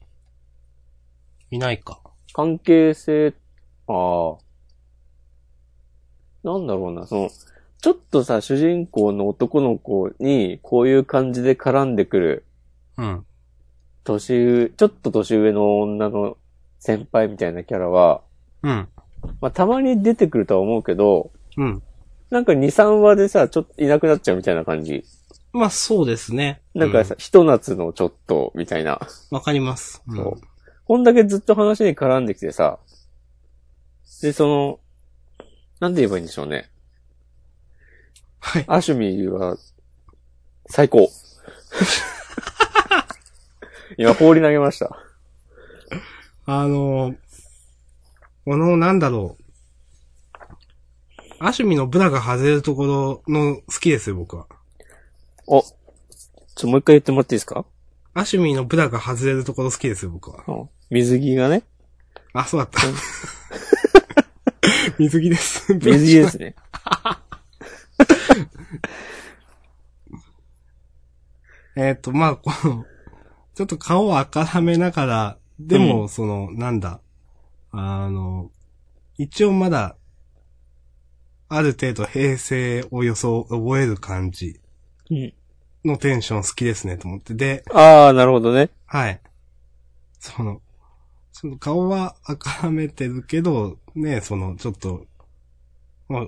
S2: いないか。
S1: 関係性、ああ。なんだろうな、その、ちょっとさ、主人公の男の子に、こういう感じで絡んでくる、
S2: うん。
S1: 年上、ちょっと年上の女の先輩みたいなキャラは、
S2: うん。
S1: まあ、たまに出てくるとは思うけど、
S2: うん。
S1: なんか2、3話でさ、ちょっといなくなっちゃうみたいな感じ。
S2: まあ、そうですね。
S1: なんかさ、ひと夏のちょっと、みたいな。
S2: うん、わかります。うん
S1: そう。こんだけずっと話に絡んできてさ、で、その、なんて言えばいいんでしょうね。
S2: はい。
S1: アシュミは、最高。 今、放り投げました。
S2: あのーこの、なんだろう。アシュミのブラが外れるところの好きですよ、僕は。
S1: お、ちょ、っともう一回言ってもらっていいですか
S2: アシュミのブラが外れるところ好きですよ、僕は。
S1: うん水着がね。
S2: あ、そうだった。水着です。
S1: 水着ですね。
S2: えっと、まあ、この、ちょっと顔をあからめながら、で
S1: う
S2: も、その、なんだ、あの、一応まだ、ある程度平成を予想、覚える感じ
S1: うん。
S2: のテンション好きですね、と思って。で、
S1: ああ、なるほどね。
S2: はい。その、その顔はあからめてるけど、ね、その、ちょっと、まあ、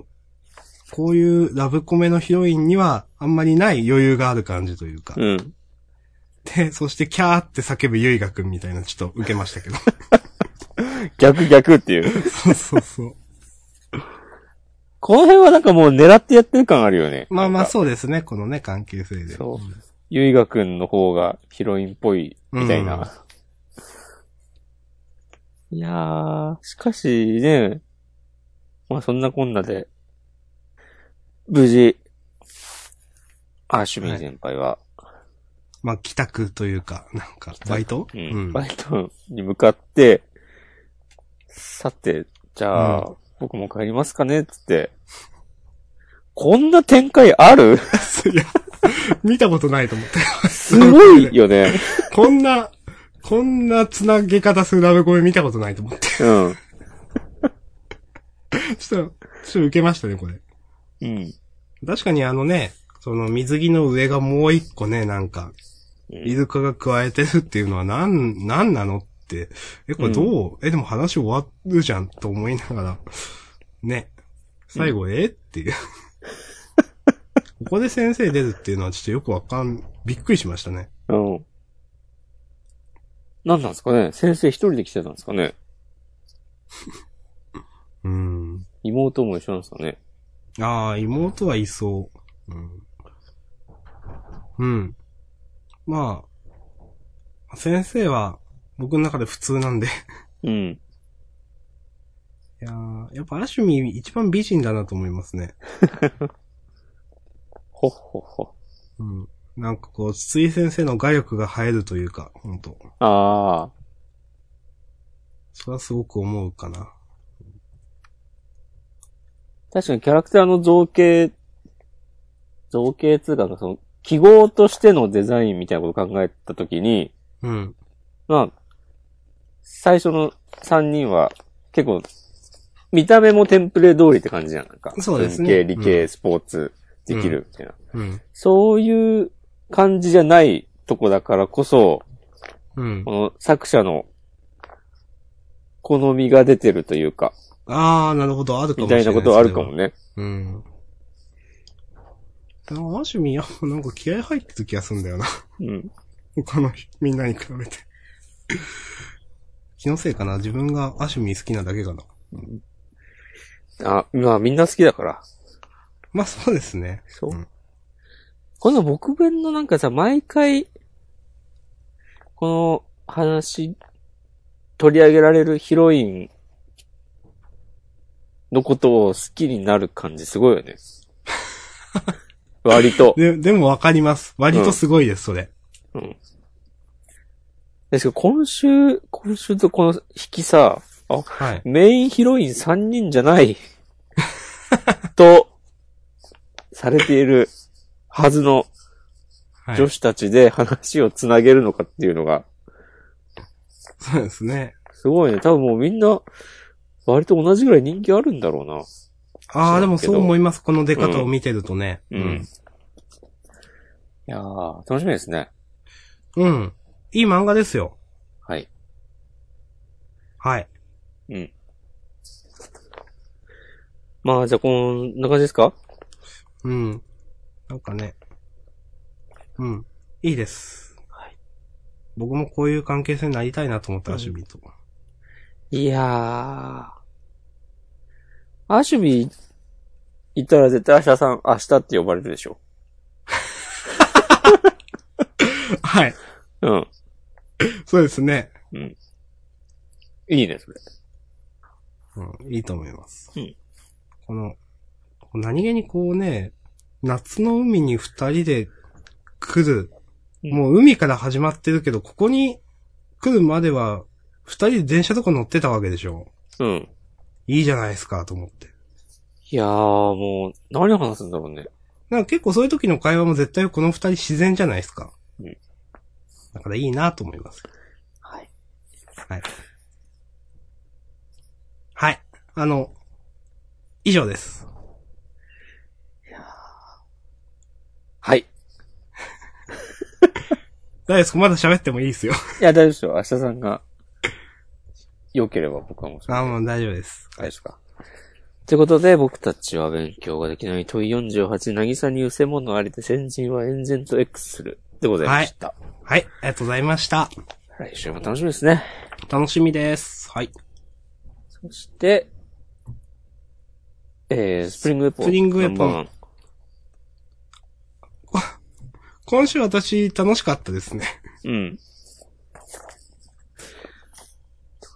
S2: こういうラブコメのヒロインにはあんまりない余裕がある感じというか。
S1: うん。
S2: で、そしてキャーって叫ぶゆいがくんみたいな、ちょっと受けま したけど。
S1: 逆逆っていう。
S2: そうそうそう。
S1: この辺はなんかもう狙ってやってる感あるよね。
S2: まあ
S1: な
S2: まあ
S1: んか
S2: そうですね、このね、関係性で。
S1: そう。ゆいがくんの方がヒロインっぽい、みたいな。いやー、しかしね、まあそんなこんなで、無事、アーシュミン先輩は、
S2: まあ、帰宅というか、なんか、
S1: 宅
S2: バイト
S1: うんバイトに向かって、さて、じゃあ、
S2: う
S1: 僕も帰りますかねっつって、こんな展開ある
S2: いや、見たことないと思って。
S1: すごいよね。
S2: こんな、こんな繋げ方するラブコメ見たことないと思って。
S1: うん。
S2: ちょっと、ちょっと受けましたね、これ。
S1: うん。
S2: 確かにあのね、その水着の上がもう一個ね、なんか、イルカが加えてるっていうのはなん、なんなのって、え、これどう、え、でも話終わるじゃんと思いながら、ね。最後、えって いう。ここで先生出るっていうのはちょっとよくわかん、びっくりしましたね。
S1: うん。なんなんですかね先生一人で来てたんですかね
S2: うん。
S1: 妹も一緒なんですかね
S2: ああ、妹はいそう。うん。うん。まあ、先生は僕の中で普通なんで。
S1: うん。
S2: いやーやっぱアシュミ一番美人だなと思いますね。
S1: ほっほっほ。
S2: うん。なんかこう、筒井先生の画力が入るというか、本当
S1: ああ。
S2: それはすごく思うかな。
S1: 確かにキャラクターの造形、造形つうか、その、記号としてのデザインみたいなことを考えたときに、
S2: うん。
S1: まあ、最初の三人は結構、見た目もテンプレ通りって感じじゃん。なんか、
S2: そうですね
S1: 文系、理系、
S2: う
S1: スポーツ、できるみたいな。
S2: うん。
S1: そういう感じじゃないとこだからこそ、
S2: うん
S1: こ。の作者の好みが出てるというか、
S2: あー、なるほど、あるか
S1: み
S2: もしれ
S1: た
S2: ないい。
S1: なことはあるかも
S2: ね。
S1: ね。
S2: うん。でもアシュミ、いやなんか気合入ってる気がするんだよな。
S1: うん。
S2: 他の人みんなに比べて。気のせいかな自分がアシュミ好きなだけかな。
S1: あ、まあみんな好きだから。
S2: まあそうですね。
S1: そう。
S2: うん
S1: この僕弁のなんかさ、毎回、この話、取り上げられるヒロインのことを好きになる感じすごいよ ね。割と。
S2: で、でもわかります。割とすごいです、それ。
S1: うん。ですけど、今週、今週とこの引きさ、あ、
S2: はい。
S1: メインヒロイン3人じゃない。と、されているはずの
S2: はい。
S1: 女子たちで話をつなげるのかっていうのが、
S2: そうですね。
S1: すごいね。多分もうみんな、割と同じぐらい人気あるんだろうな。
S2: ああ、
S1: 知
S2: で
S1: らん
S2: も
S1: けど
S2: そう思います。この出方を見てるとね。
S1: うん。いやー、楽しみですね。
S2: うん。うん。いい漫画ですよ。
S1: はい。
S2: はい。
S1: うん。まあ、じゃあ、こんな感じですか
S2: うん。なんかね。うん。いいです。
S1: はい。
S2: 僕もこういう関係性になりたいなと思った、アシュビーと。
S1: いやー。アシュビー、行ったら絶対明日さん、明日って呼ばれるでしょ。
S2: はい。
S1: うん。
S2: そうですね。
S1: いいね、それ。
S2: うん。いいと思います。
S1: うん
S2: この、何気にこうね、夏の海に二人で来る。
S1: うん
S2: もう海から始まってるけど、ここに来るまでは、二人で電車とか乗ってたわけでしょ。
S1: うん。
S2: いいじゃないですか、と思って。
S1: いやー、もう、何話すんだろうね。
S2: なんか結構そういう時の会話も絶対この二人自然じゃないですか。
S1: うん
S2: だからいいなと思います。
S1: はい。
S2: はい。はい。あの、以上です。
S1: はい。
S2: 大丈夫ですかまだ喋ってもいいですよ。
S1: いや、大丈夫ですよ。明日さんが、良ければ僕はもうそれで
S2: あ、もう大丈夫です。
S1: 大丈夫か。ということで、僕たちは勉強ができない問い48、渚にうせものありで先人は炎然と X する。でございました。
S2: はい。ありがとうございました。
S1: 来週も楽しみですね。
S2: 楽しみです。はい。
S1: そして、えー、スプリングウェポン。
S2: スプリングウェポ
S1: ナン
S2: ン
S1: バーワン
S2: 今週私楽しかったですね。
S1: うん。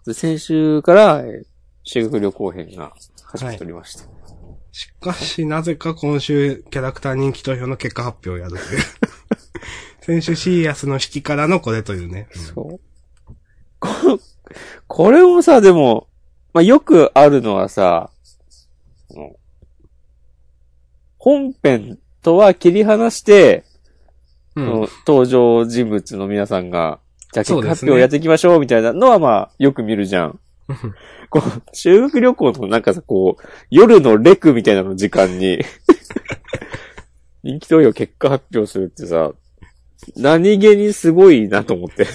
S1: で先週から、えー修学旅行編が始まっておりました。
S2: しかし、なぜか今週、キャラクター人気投票の結果発表をやるという。 先週、シーアスの引きからのこれというね。
S1: そう。こ、これもさ、でも、まあ、よくあるのはさ、その本編とは切り離して、
S2: うん。
S1: その登場人物の皆さんが、じゃあ結
S2: そう
S1: 果
S2: です
S1: 発
S2: ね
S1: 表やっていきましょうみたいなのはまあ、よく見るじゃん。
S2: うん
S1: こう、修学旅行のなんかさ、こう、夜のレクみたいなの時間に、人気投票結果発表するってさ、何気にすごいなと思って。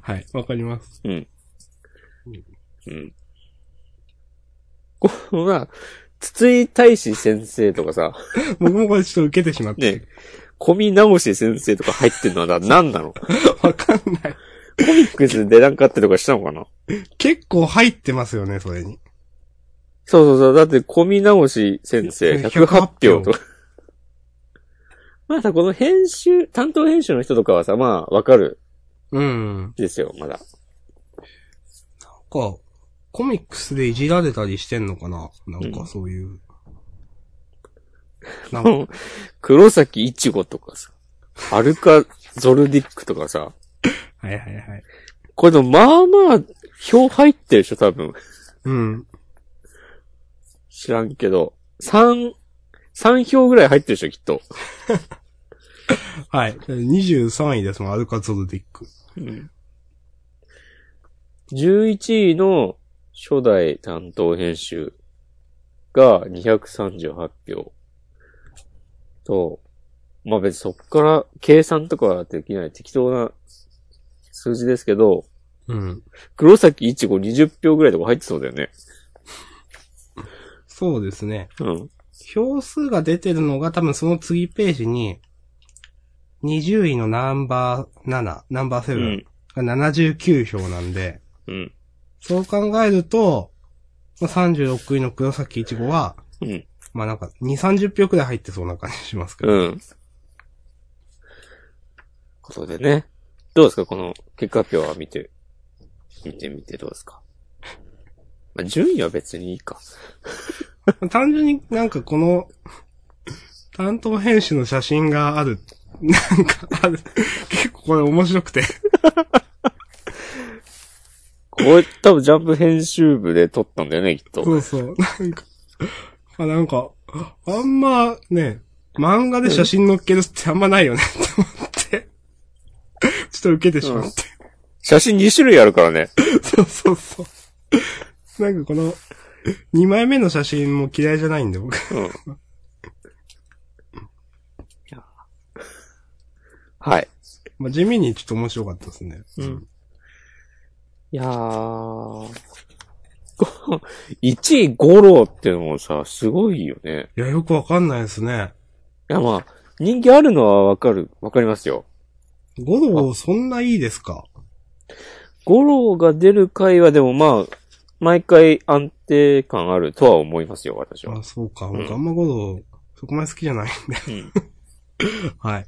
S2: はい。わかります。
S1: うん。うん。このな、筒井大志先生とかさ、
S2: 僕もこれちょっと受けてしまって。
S1: ね、小見直し先生とか入ってんのはな何なのコ
S2: わかんない。
S1: ミックスで出なかったりとかしたのかな
S2: 結構入ってますよね、それに。
S1: そうそうそう。だって、小見直し先生、
S2: ね
S1: 108票とか。 まあさ、この編集、担当編集の人とかはさ、まあ、わかる
S2: うん。
S1: ですよ、まだ。
S2: か、コミックスでいじられたりしてんのかななんかそう いう。なんか、
S1: 黒崎いちごとかさ、アルカ・ゾルディックとかさ、
S2: はいはいはい。
S1: これでもまあまあ、票入ってるでしょ、多分。
S2: うん。
S1: 知らんけど。3、3票ぐらい入ってるでしょ、きっと。
S2: はい。23位ですもん、アルカゾルディック。
S1: 11位の初代担当編集が238票と、まあ別にそこから計算とかはできない適当な数字ですけど、
S2: うん。
S1: 黒崎一護20票ぐらいとか入ってそうだよね。
S2: そうですね。
S1: うん。
S2: 票数が出てるのが多分その次ページに、20位のナンバー7、ナンバー
S1: う
S2: 7
S1: ん。
S2: が79票なんで、
S1: うん。
S2: そう考えると、まあ、36位の黒崎いちごは、
S1: うん。
S2: まあなんか、2、30票くらい入ってそうな感じしますけど。
S1: うん。ことでね。どうですかこの結果発表は見て、見てみてどうですかまあ、順位は別にいいか。
S2: 単純になんかこの、担当編集の写真がある。なんかある。結構これ面白くて。
S1: これ多分ジャンプ編集部で撮ったんだよね、きっと。
S2: そうそう。なんか、あ、なんか、あんまね、漫画で写真載っけるってあんまないよね って思って、ちょっと受けてしまって。
S1: 写真2種類あるからね。
S2: そうそうそう。なんかこの、2枚目の写真も嫌いじゃないんで、僕。
S1: うん。はい。
S2: まあ、地味にちょっと面白かったですね。
S1: うん。いやー。こ1位ゴロっていうのもさ、すごいよね。
S2: いや、よくわかんないですね。
S1: いやまあ、人気あるのはわかる、わかりますよ。
S2: ゴロゴそんないいですか
S1: ゴロが出る回はでもまあ、毎回安定感あるとは思いますよ、私は
S2: あ、。そうか。
S1: ん
S2: 僕あんまゴロそこまで好きじゃない んで。
S1: うん。
S2: はい。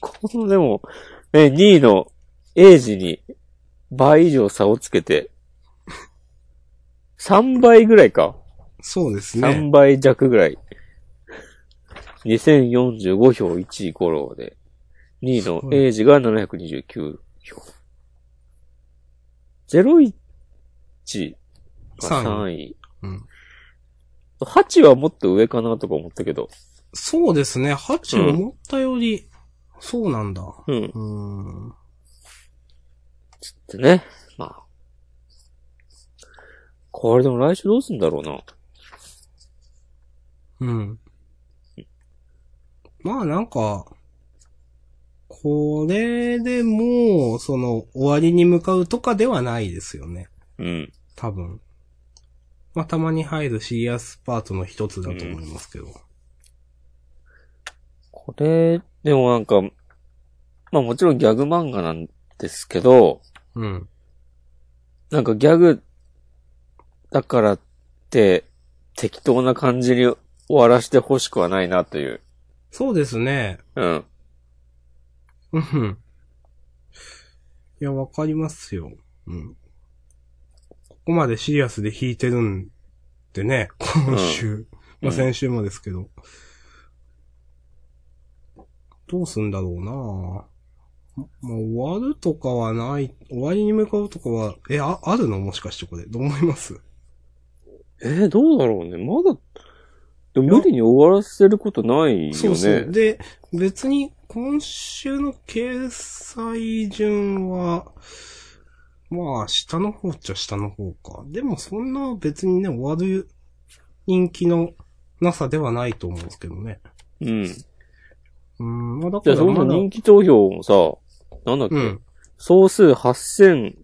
S1: このでも、ね、2位のエイジに倍以上差をつけて、3倍ぐらいか。
S2: そうですね。
S1: 3倍弱ぐらい。2045票1位五郎で、2位のエイジが729票。01が3位。
S2: うん
S1: 8はもっと上かなとか思ったけど。
S2: そうですね。ハチ
S1: うん
S2: 思ったより、そうなんだ。
S1: うん。
S2: うーん。
S1: ってね。まあ。これでも来週どうすんだろうな。
S2: うん。まあなんか、これでもう、その、終わりに向かうとかではないですよね。
S1: うん。
S2: 多分。まあたまに入るシリアスパートの一つだと思いますけど。
S1: これ、でもなんか、まあもちろんギャグ漫画なんですけど、
S2: うん。
S1: なんかギャグだからって適当な感じに終わらせてほしくはないなという。
S2: そうですね。
S1: うん。
S2: うん。いや、わかりますよ。うん。ここまでシリアスで弾いてるんでね、今週。
S1: う
S2: まあ、
S1: ん
S2: 先週もですけど。どうすんだろうなぁ。まあ、終わるとかはない、終わりに向かうとかは、え、あ、あるのもしかしてこれ。どう思います
S1: えーどうだろうね。まだ、でも無理に終わらせることないよね。
S2: そうそう。で、別に今週の掲載順は、まあ、下の方っちゃ下の方か。でもそんな別にね、終わる人気のなさではないと思うんですけどね。
S1: うん。
S2: うん、まあだか
S1: じゃあ、
S2: ら
S1: そ
S2: ま
S1: の
S2: だ、
S1: 人気投票もさ、なんだっけ、
S2: うん、
S1: 総数8000、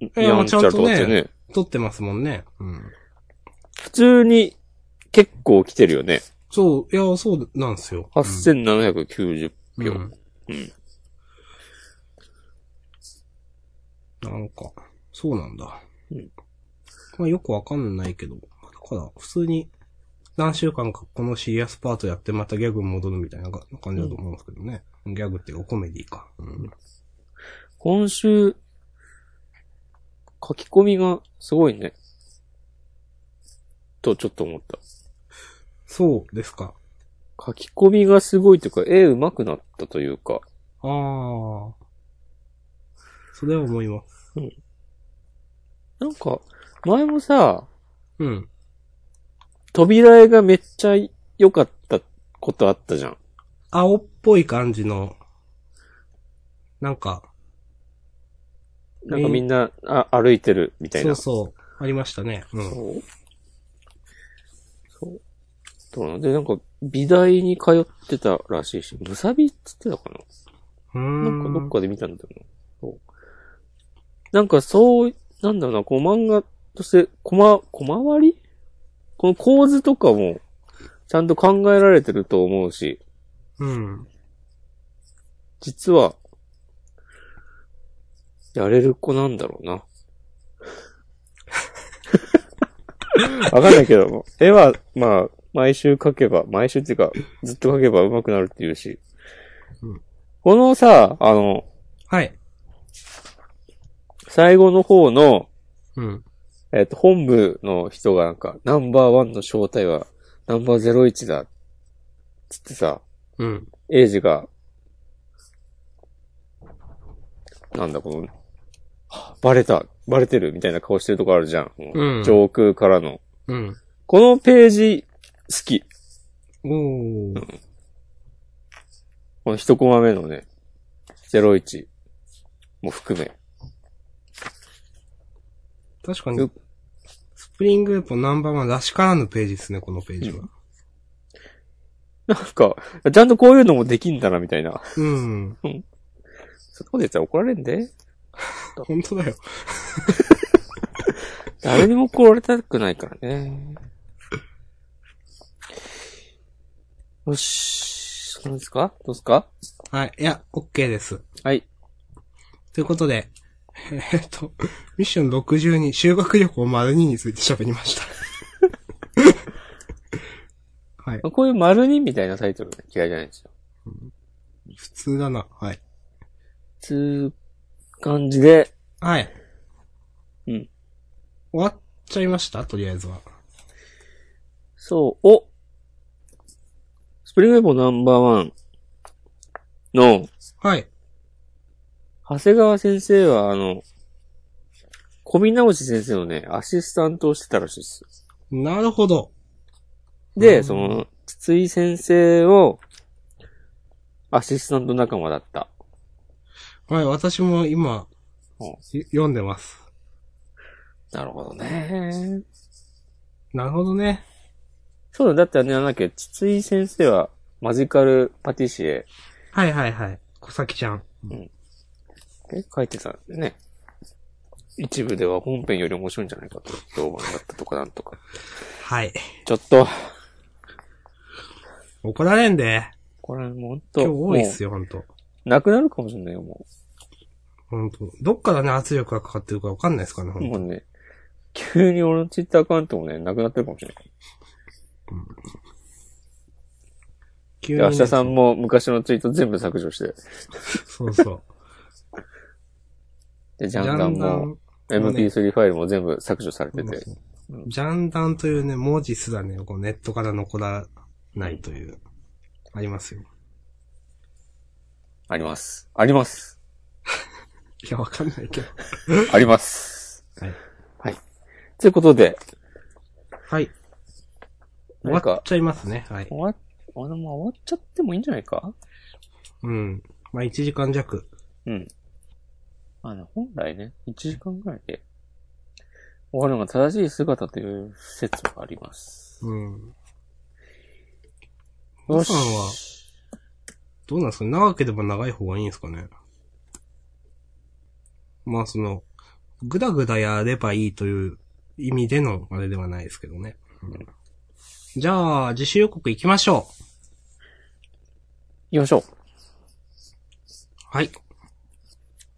S2: いや
S1: やんちゃらとかってね。
S2: 撮ってますもんね。うん。
S1: 普通に結構来てるよね。
S2: そう、いや、そうなんですよ。
S1: 8790
S2: う
S1: 票。
S2: ん
S1: うん。
S2: うんなんか、そうなんだ。
S1: うん
S2: まあよくわかんないけど、だから普通に何週間かこのシリアスパートやってまたギャグに戻るみたいなが感じだと思うんですけどね。ギャグっていうかコメディか。うん。
S1: 今週、書き込みがすごいね。と、ちょっと思った。
S2: そうですか。
S1: 書き込みがすごいというか、絵上手くなったというか。
S2: ああ。それは思います。
S1: なんか、前もさ、
S2: うん。
S1: 扉絵がめっちゃ良かったことあったじゃん。
S2: 青っぽい感じの、なんか、
S1: なんかみんな、あ歩いてるみたい
S2: そ
S1: な
S2: う。そう、ありましたね。うん。
S1: そう。そう。どうなんで、なんか、美大に通ってたらしいし、むさびっつってたか
S2: うー
S1: ななん
S2: ん
S1: かどっかで見たんだけど。そう。なんかそう、なんだろうな、こう漫画として、こま、こまわりこの構図とかも、ちゃんと考えられてると思うし、
S2: うん。
S1: 実は、やれる子なんだろう な。わかんないけども、絵は、まあ、毎週描けば、毎週っていうか、ずっと描けば上手くなるって言うし。
S2: うん
S1: このさ、あの、
S2: はい。
S1: 最後の方の、
S2: うん。
S1: えっ、と、本部の人がなんか、ナンバーワンの正体は、ナンバー01だ。つってさ、
S2: うん。
S1: エイジが、なんだこの、はバレた、バレてるみたいな顔してるとこあるじゃん。
S2: うん
S1: 上空からの。
S2: うん。
S1: このページ、き。
S2: おー。
S1: この一コマ目のね、01も含め。
S2: 確か
S1: よ
S2: に、スプリングウェポンナンバーワンらしからぬページですね、このページは。
S1: なんか、ちゃんとこういうのもできんだな、みたいな。
S2: うん。
S1: そこで言ったら怒られんで。
S2: 本当だよ。
S1: 誰にも怒られたくないからね。よし。そうですかどうですか
S2: はい。いや、OK です。
S1: はい。
S2: ということで、えーっと、ミッション62、修学旅行丸2について喋りました。 はい。
S1: こういう丸二みたいなタイトルね嫌いじゃないんですよ。
S2: 普通だな。はい。
S1: つう感じで、
S2: はい。
S1: うん。
S2: 終わっちゃいましたとりあえずは。
S1: そう、おスプリングウェポンナンバーワンの、
S2: はい。
S1: 長谷川先生は、あの、小見直し先生のね、アシスタントをしてたらしいです。
S2: なるほど。う
S1: で、
S2: ん
S1: その、筒井先生を、アシスタント仲間だった。
S2: はい、私も今
S1: お、
S2: い読んでます。
S1: なるほどね。
S2: なるほどね。
S1: そうだ、だってね、なんだっけ、筒井先生は、マジカルパティシエ、
S2: はいはいはい。小崎ちゃん。
S1: え書いてたんでね。一部では本編より面白いんじゃないかと、評判だったとかなんとか。
S2: はい。
S1: ちょっと、
S2: 怒られんで。
S1: これもうほんと、
S2: 今日多いっす
S1: よ。
S2: よ、ほんと。
S1: なくなるかもしれないよ、も
S2: ほんと。どっからね、圧力がかかってるかわかんないですからね、
S1: う。
S2: ほん
S1: も
S2: と。
S1: うね、急に俺のツイッターアカウントもね、なくなってるかもしれない。
S2: 急
S1: で、明日さん
S2: も。
S1: も昔のツイート全部削除して、
S2: そうそう。
S1: で、 ジ
S2: ジ
S1: ャンダンも、。MP3 ファイルも全部削除されてて、
S2: ジャンダンというね、文字すらね、こうネットから残らないという、ありますよ。
S1: あります。あります。
S2: いや、わかんないけど。
S1: あります。
S2: はい。
S1: はい。ということで、
S2: はい。終
S1: な
S2: わ
S1: ん
S2: っ
S1: か、
S2: ちゃいますね。はい
S1: 終。わ、あの、まあ終わっちゃってもいいんじゃないか
S2: うん。まあ、1時間弱。
S1: うん。あの、本来ね、1時間ぐらいで終わるのが正しい姿という説もあります。
S2: うん。
S1: よ
S2: 皆
S1: し
S2: さんは、どうなんですか長ければ長い方がいいんですかねまあ、その、ぐだぐだやればいいという意味でのあれではないですけどね。うんじゃあ、自主予告行きましょう。
S1: 行きましょう。
S2: はい。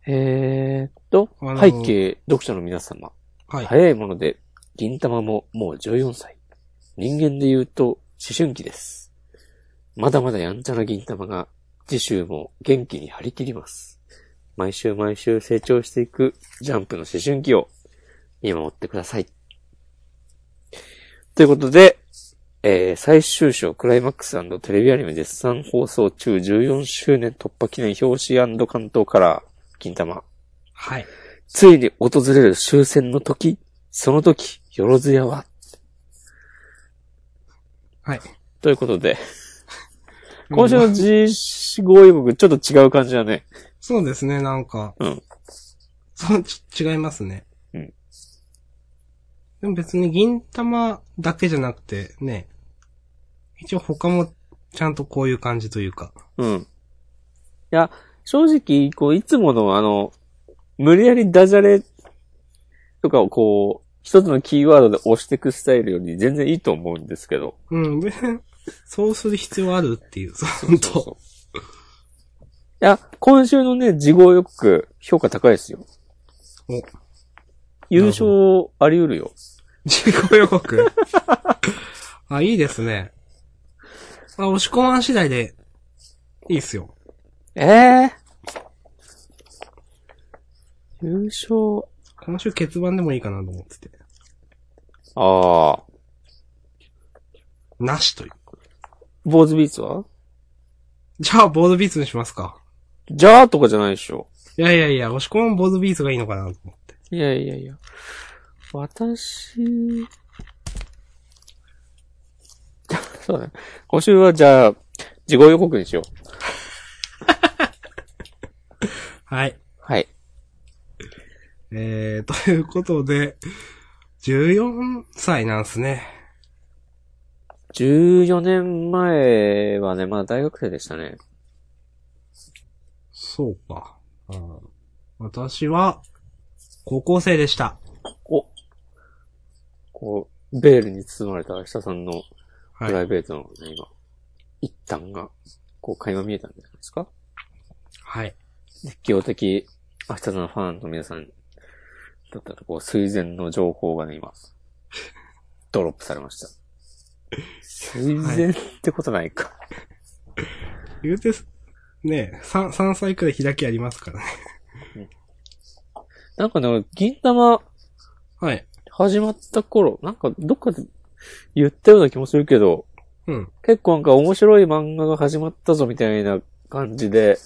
S1: えーっと、
S2: あのー
S1: 背景読者の皆様、
S2: はい。
S1: 早いもので、銀玉ももう14歳。人間で言うと思春期です。まだまだやんちゃな銀玉が、次週も元気に張り切ります。毎週毎週成長していくジャンプの思春期を見守ってください。ということで、えー最終章クライマックステレビアニメ絶賛放送中14周年突破記念表紙関東カラー、金玉。
S2: はい。
S1: ついに訪れる終戦の時、その時、よろずやは、
S2: はい。
S1: ということで、今週の G5 予告、ちょっと違う感じだね。
S2: そうですね、なんか。
S1: うん
S2: そう、ちょ違いますね。
S1: うん
S2: でも別に銀玉だけじゃなくて、ね。一応他もちゃんとこういう感じというか。
S1: うん。いや、正直、こう、いつものあの、無理やりダジャレとかをこう、一つのキーワードで押していくスタイルより全然いいと思うんですけど。
S2: うん、でそうする必要あるっていう、そうと。
S1: いや、今週のね、事後予告、評価高いですよ。
S2: お、
S1: 優勝あり得るよ。
S2: 自己予告。 あ、いいですね。あ、押し込まん次第で、いいっすよ。
S1: ええ優勝。
S2: 今週欠番でもいいかなと思ってて。
S1: ああ。
S2: なしという。
S1: 坊主ビーツは
S2: じゃあ、ボードビーツにしますか。
S1: じゃあとかじゃないでしょ。
S2: いやいやいや、押し込むボードビーツがいいのかなと思って。
S1: いやいやいや。私、 そうだね。今週はじゃあ、事後予告にしよう。
S2: はい。
S1: はい。
S2: えー、ということで、14歳なんすね。
S1: 14年前はね、まだ大学生でしたね。
S2: そうか。うん、私は、高校生でした。
S1: おこう、ベールに包まれた明日さんのプ
S2: はい。
S1: ライベートのね、今、一端が、こう、垣間見えたんじゃないですか
S2: はい。
S1: 熱狂的、明日さんのファンの皆さんだったと、こう、垂前の情報がね、今、ドロップされました。垂前ってことないか。
S2: 言うてす、ね三 3, 3歳くらい開きありますからね。
S1: なんかね、俺、銀玉
S2: はい。
S1: 始まった頃、なんかどっかで言ったような気もするけど、
S2: うん。
S1: 結構なんか面白い漫画が始まったぞみたいな感じで、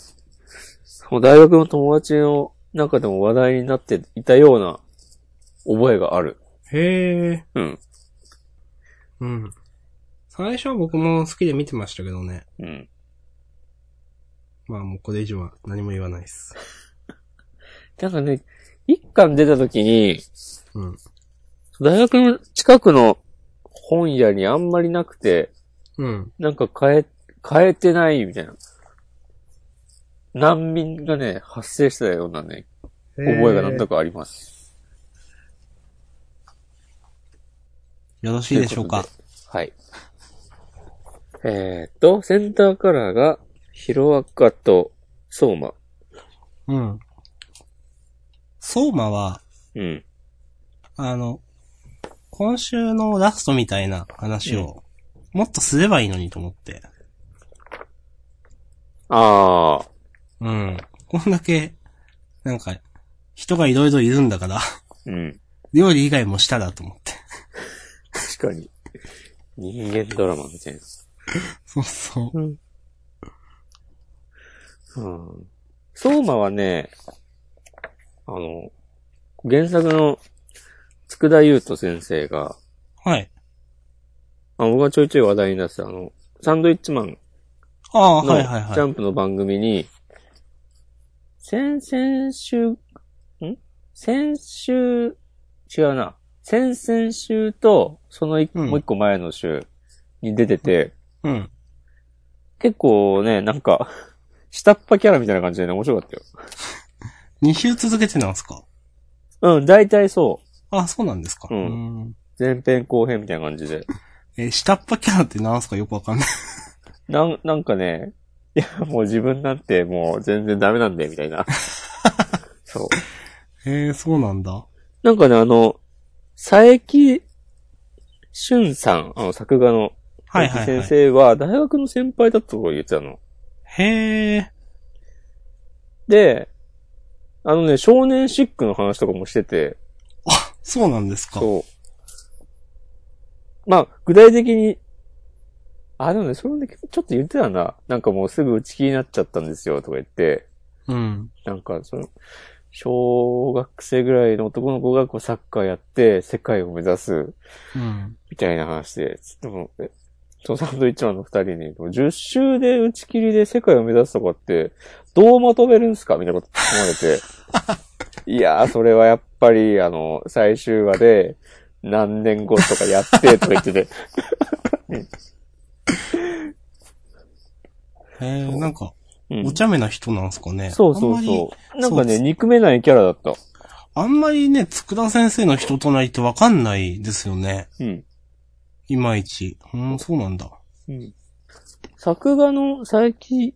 S1: もう大学の友達の中でも話題になっていたような覚えがある。
S2: へえ。
S1: うん。
S2: うん。最初は僕も好きで見てましたけどね。
S1: うん。
S2: まあもうこれ以上は何も言わないです。
S1: なんかね、一巻出た時に、
S2: うん。
S1: 大学の近くの本屋にあんまりなくて、
S2: うん。
S1: なんか変え、変えてないみたいな。難民がね、発生したようなね、覚えがなんだ
S2: か。
S1: かあります。
S2: よろしいでしょうか
S1: とい。ことで。はい。えーっと、センターカラーが、ヒロアカと、ソーマ。
S2: うん。相馬は、
S1: うん。
S2: あの、今週のラストみたいな話を、もっとすればいいのにと思って。
S1: あー。
S2: うん。こんだけ、なんか、人がいろいろいるんだから、
S1: うん。
S2: 料理以外もしたらと思って。
S1: 確かに。人間ドラマみたいな。
S2: そうそ
S1: うん。ソーマはね、あの、原作の、佃優斗先生が、
S2: う。はい。
S1: あ僕がちょいちょい話題になってた、あの、サンドイッチマン
S2: ああ、
S1: の
S2: はいはい
S1: ジャ
S2: はい。
S1: ンプの番組に、先々週、ん先週、違うな。先々週と、その一
S2: うん
S1: もう一個前の週に出てて、
S2: うん。
S1: 結構ね、なんか、 下っ端キャラみたいな感じでね、面白かったよ。
S2: 2週続けてなんすか
S1: うん、大体そう。
S2: あ、そうなんですか。
S1: うん
S2: うん
S1: 前編後編みたいな感じで。
S2: えー下っ端キャラってなんすかよくわかん ない。
S1: なん、なんかね、いや、もう自分なんてもう全然ダメなんで、みたい な。そう。
S2: えー、そうなんだ。
S1: なんかね、あの、佐伯俊さん、あの、作画の、
S2: はいはいはい
S1: 先生は、大学の先輩だったと言ってたの。
S2: へー。
S1: で、あのね、少年シックの話とかもしてて、
S2: あ、そうなんですか。
S1: そう。まあ、具体的に、あ、でもね、それもね、ちょっと言ってたな。なんかもうすぐ打ち切りになっちゃったんですよ、とか言って、
S2: うん。
S1: なんか、その、小学生ぐらいの男の子がこうサッカーやって、世界を目指す、
S2: うん。
S1: みたいな話で、つっても、えそのサンドイッチマンの二人に、10周で打ち切りで世界を目指すとかって、どうまとめるんすかみたいなこと思われて。 いやー、それはやっぱり、あの、最終話で、何年後とかやって、とか言って て。
S2: へー、なんか、
S1: うん
S2: お茶目な人なんすかね。
S1: そうそう
S2: あんまり
S1: そう。なんかね、憎めないキャラだった。
S2: あんまりね、つくだ先生の人となりってわかんないですよね。
S1: うん。
S2: いまいち。うん、そうなんだ。
S1: うん作画の佐伯、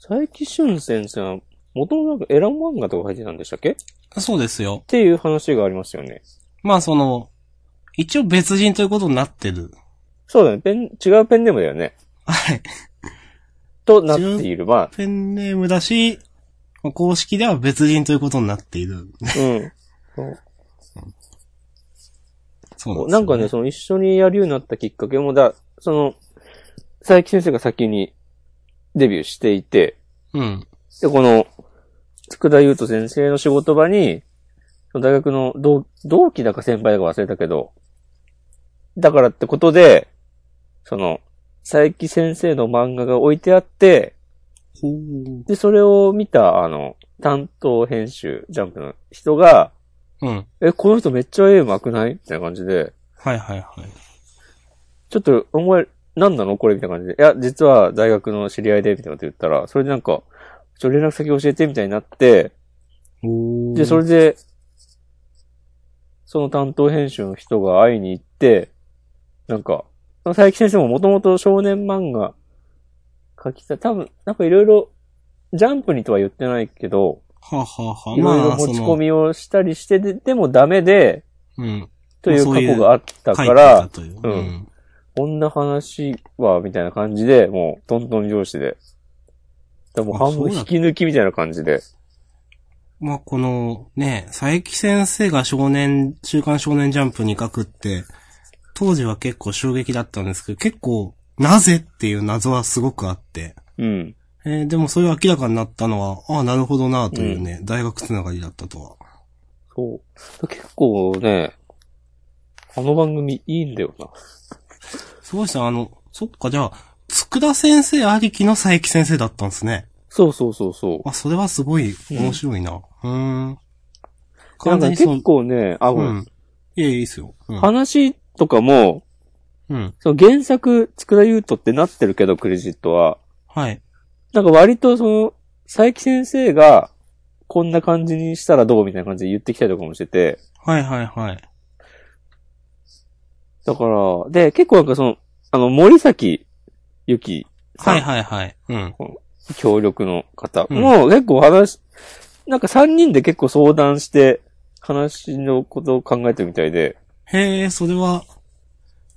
S1: 佐伯俊先生は、元のなんかエラ漫画とか入ってたんでしたっけっ
S2: そうですよ。
S1: ていう話がありますよね。
S2: まあその、一応別人ということになってる。
S1: そうだね。ペン、違うペンネームだよね。
S2: はい。
S1: となっている。まあ、
S2: ペンネームだし、まあ公式では別人ということになっている。
S1: うん。
S2: そう
S1: こう
S2: です
S1: な
S2: よ
S1: んかね、、その一緒にやるようになったきっかけも、だ、その、佐伯先生が先にデビューしていて、
S2: うん。
S1: で、この、佃優斗先生の仕事場に、その大学の同同期だか先輩だか忘れたけど、だからってことで、その、佐伯先生の漫画が置いてあって、
S2: ほう。
S1: で、それを見た、あの、担当編集、ジャンプの人が、
S2: うん。
S1: え、この人めっちゃ絵うまくないみたいな感じで、
S2: はいはいはい。
S1: ちょっと、お前、何なのこれみたいな感じで。いや、実は大学の知り合いで、みたいなこと言ったら、それでなんか、ちょ、連絡先教えて、みたいになって、
S2: おー
S1: で、それで、その担当編集の人が会いに行って、なんか、その佐伯先生ももともと少年漫画書きた、多分、なんかいろいろ、ジャンプにとは言ってないけど、
S2: はあ、はあはい
S1: ろ
S2: あ、
S1: い
S2: ま
S1: ろ
S2: あ、
S1: 持
S2: そ
S1: ち
S2: の
S1: 込みをしたりして、ででもダメで、
S2: うん。
S1: という
S2: そう
S1: 過
S2: いう
S1: 去があったか
S2: 書
S1: ら
S2: い、てたという。
S1: うん
S2: うん。
S1: こんな話は、みたいな感じで、もう、トントン拍子で。でもう
S2: あ
S1: 半分
S2: そうな
S1: 引
S2: ん
S1: き
S2: だ
S1: 抜きみたいな感じで。
S2: まあ、この、ね、佐伯先生が少年、週刊少年ジャンプに書くって、当時は結構衝撃だったんですけど、結構、なぜっていう謎はすごくあって。
S1: うん。
S2: えーでもそれが明らかになったのは、ああ、なるほどな、というね、大学つながりだったとは。
S1: そう。結構ね、あの番組いいんだよな。
S2: すごいした、あの、そっか、じゃあ、佃先生ありきの佐伯先生だったんですね。
S1: そうそうそうそう。
S2: あ、それはすごい面白いな。うーん。
S1: な
S2: 完
S1: んか
S2: 全にそ
S1: 結
S2: の、
S1: 構ね、あ、ごめ
S2: うんん。いや、いいっすよ。うん。
S1: 話とかも、
S2: うん。
S1: その原作、つくだゆうとってなってるけど、クレジットは。
S2: はい。
S1: なんか割とその、佐伯先生が、こんな感じにしたらどうみたいな感じで言ってきたりとかもしてて。
S2: はいはいはい。
S1: だから、で、結構なんかその、あの、森崎ゆきさん、
S2: はいはいはい。うん。
S1: 協力の方も、結構話、なんか3人で結構相談して、話のことを考えてるみたいで、
S2: へえ、それは、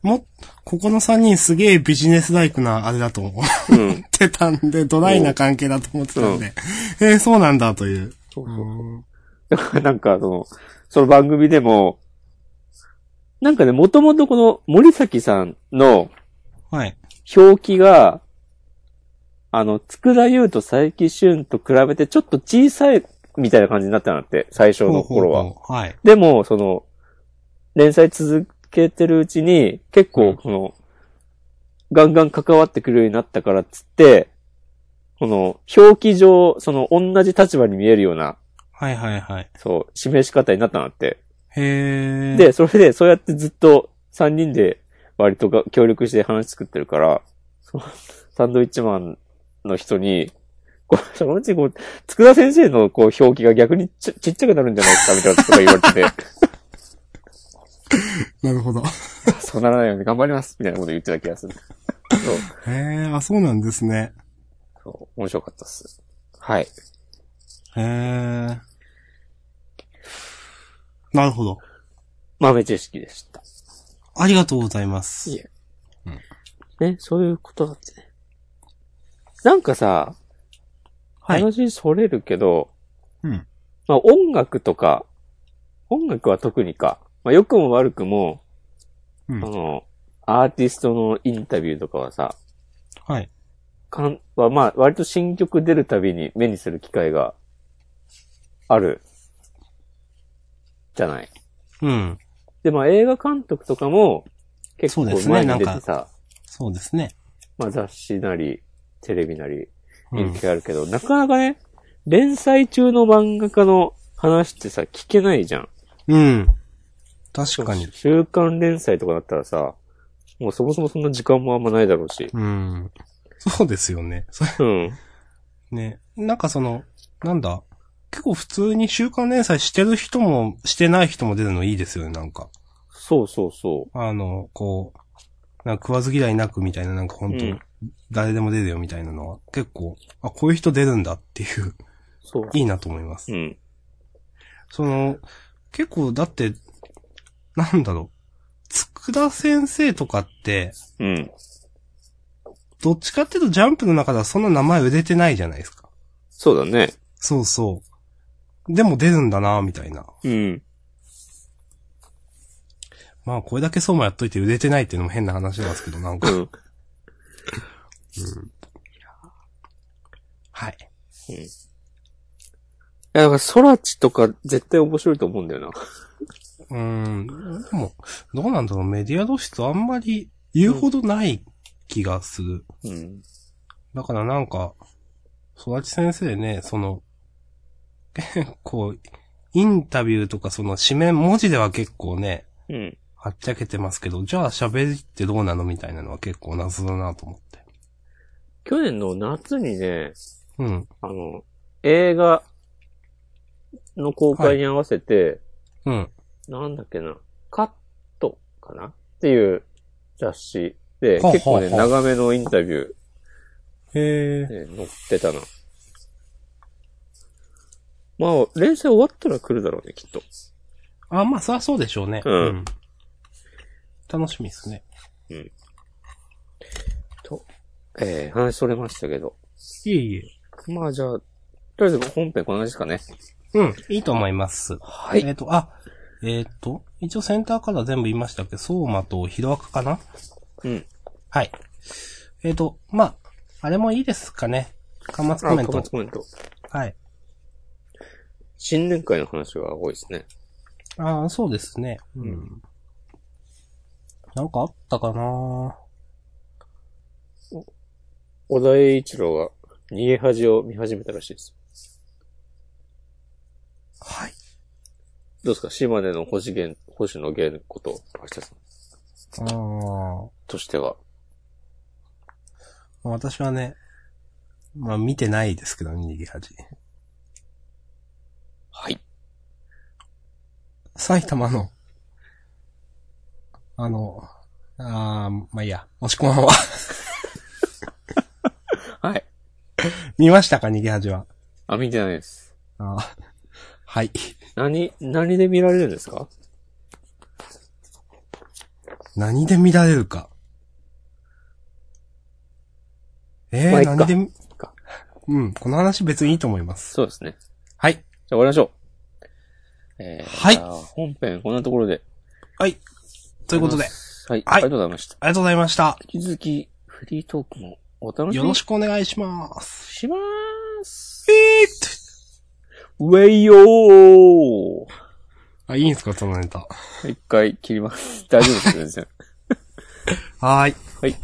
S2: も、ここの3人すげえビジネスライクなあれだと思っ
S1: うん。
S2: てたんで、ドライな関係だと思ってたんで、へえ、そうなんだという。
S1: そう
S2: う
S1: そう。
S2: ん
S1: だからなんか、その、その番組でも、なんかね、もともとこの森崎さんの
S2: はい。
S1: 表記が、あの、つくだゆうと佐伯俊と比べてちょっと小さいみたいな感じになったなって、最初の頃は。
S2: ほうほうほうはい。
S1: でも、その、連載続けてるうちに、結
S2: う
S1: 構、
S2: ん
S1: この、ガンガン関わってくるようになったからっつって、この、表記上、その、同じ立場に見えるような、
S2: はいはいはい。
S1: そう、示し方になったなって。
S2: へえ。、
S1: で、それで、そうやってずっと、3人で、割とが協力して話作ってるから、そのサンドイッチマンの人に、こうそのうちこう、つく先生のこう表記が逆にちちっちゃくなるんじゃないですかみたいなことか言われてて。
S2: なるほど。
S1: そうならないように頑張りますみたいなこと言ってた気がする。そう。
S2: へえ、あ、そうなんですね。
S1: そう。面白かったっす。はい。
S2: へえ。なるほど。
S1: 豆知識でした。
S2: ありがとうございます。
S1: いえね、そういうことだってね。なんかさ、
S2: はい
S1: 話それるけど、
S2: うん。
S1: まあ音楽とか、音楽は特にか、まあ良くも悪くも、
S2: うん
S1: あの、アーティストのインタビューとかはさ、
S2: はい。
S1: かんはまあ割と新曲出るたびに目にする機会がある、じゃない。
S2: うん。
S1: で、まあ映画監督とかも結構
S2: そうですね
S1: 前に出
S2: な
S1: て
S2: ん
S1: さ、
S2: そうですね。
S1: まあ雑誌なり、テレビなり、
S2: う
S1: 見る
S2: ん
S1: 機。会あるけど、なかなかね、連載中の漫画家の話ってさ、聞けないじゃん。
S2: うん。確かに。
S1: 週刊連載とかだったらさ、もうそもそもそんな時間もあんまないだろう し。
S2: うん。そうですよね。そ
S1: うん。
S2: ね。なんかその、なんだ。結構普通に週刊連載してる人も、してない人も出るのいいですよね、なんか。
S1: そうそうそ
S2: あの、こう、なんか食わず嫌いなくみたいな、なんか
S1: う。う
S2: 本当、
S1: ん。
S2: 誰でも出るよみたいなのは、結構、あ、こういう人出るんだっていう、
S1: そう。
S2: いいなと思います
S1: う。ん。
S2: その、結構だって、なんだろう、佃先生とかって、
S1: うん。
S2: どっちかっていうとジャンプの中ではそんな名前売れてないじゃないですか。
S1: そうだね。
S2: そうそう。でも出るんだなみたいな。
S1: うん。
S2: まあ、これだけそうもやっといて売れてないっていうのも変な話なんですけど、なん
S1: う
S2: か。
S1: ん。
S2: はい。
S1: いや、だから、ソラチとか絶対面白いと思うんだよな。
S2: うーん。でも、どうなんだろう、メディア露出あんまり言うほどない気がする。
S1: うん。
S2: だからなんか、育ち先生ね、その、 結構、インタビューとかその紙面文字では結構ね、
S1: うん。
S2: はっちゃけてますけど、じゃあ喋りってどうなのみたいなのは結構謎だなと思って。
S1: 去年の夏にね、
S2: うん。
S1: あの、映画の公開に合わせて、
S2: うん。
S1: なんだっけな、カットかなっていう雑誌で、
S2: ほう
S1: 結
S2: ほうほ
S1: 構
S2: う
S1: ね、長めのインタビュ
S2: へえ。
S1: ー、ね、載ってたな。まあ、連載終わったら来るだろうね、きっと。
S2: あ、まあ、そりゃそうでしょうね。
S1: うん
S2: 楽しみですね。
S1: と、えー、話それましたけど。
S2: いえいえ。
S1: まあじゃあ、とりあえず本編こんな感じですかね。
S2: うん、いいと思います。
S1: は
S2: えっ、。と、あ、えっ、と、一応センターから全部言いましたっけど、相馬とヒロアカかな
S1: うん。
S2: はい。えっ、と、まあ、あれもいいですかね。かまつコメ
S1: あ、
S2: ント
S1: 端末。コメント。
S2: はい。
S1: 新年会の話が多いですね。
S2: ああ、そうですね。うん。なんかあったかな
S1: 小田栄一郎が逃げ恥を見始めたらしいです。
S2: はい。
S1: どうですか島根の星源、星野源こと、秋田さん
S2: あー
S1: としては。
S2: まあ。私はね、まあ見てないですけど、逃げ恥。
S1: はい。
S2: 埼玉の、あの、あーまあいいや、もしこまんは。
S1: はい。
S2: 見ましたか、逃げ恥は。
S1: あ、見てないです。
S2: あーはい。
S1: 何、何で見られるんですか
S2: 何で見られるか。え
S1: まあいっ
S2: ー、
S1: か
S2: 何で見
S1: か、
S2: うん、この話別にいいと思います。
S1: そうですね。
S2: はい。
S1: じゃあ終わりましょう。えー、
S2: はい
S1: じゃあ本編こんなところで。
S2: はい。ということで、
S1: は
S2: あ
S1: い。はい。あり
S2: はい
S1: がとうございました。
S2: りがとうございました。
S1: 引き続き、フリートークもお楽しみに。
S2: よろしくお願いします。
S1: しまーす。ウェイよー
S2: あ、いいんすか、そのネタ。
S1: 一回切ります。大丈夫です、全然。
S2: はーい。
S1: はい。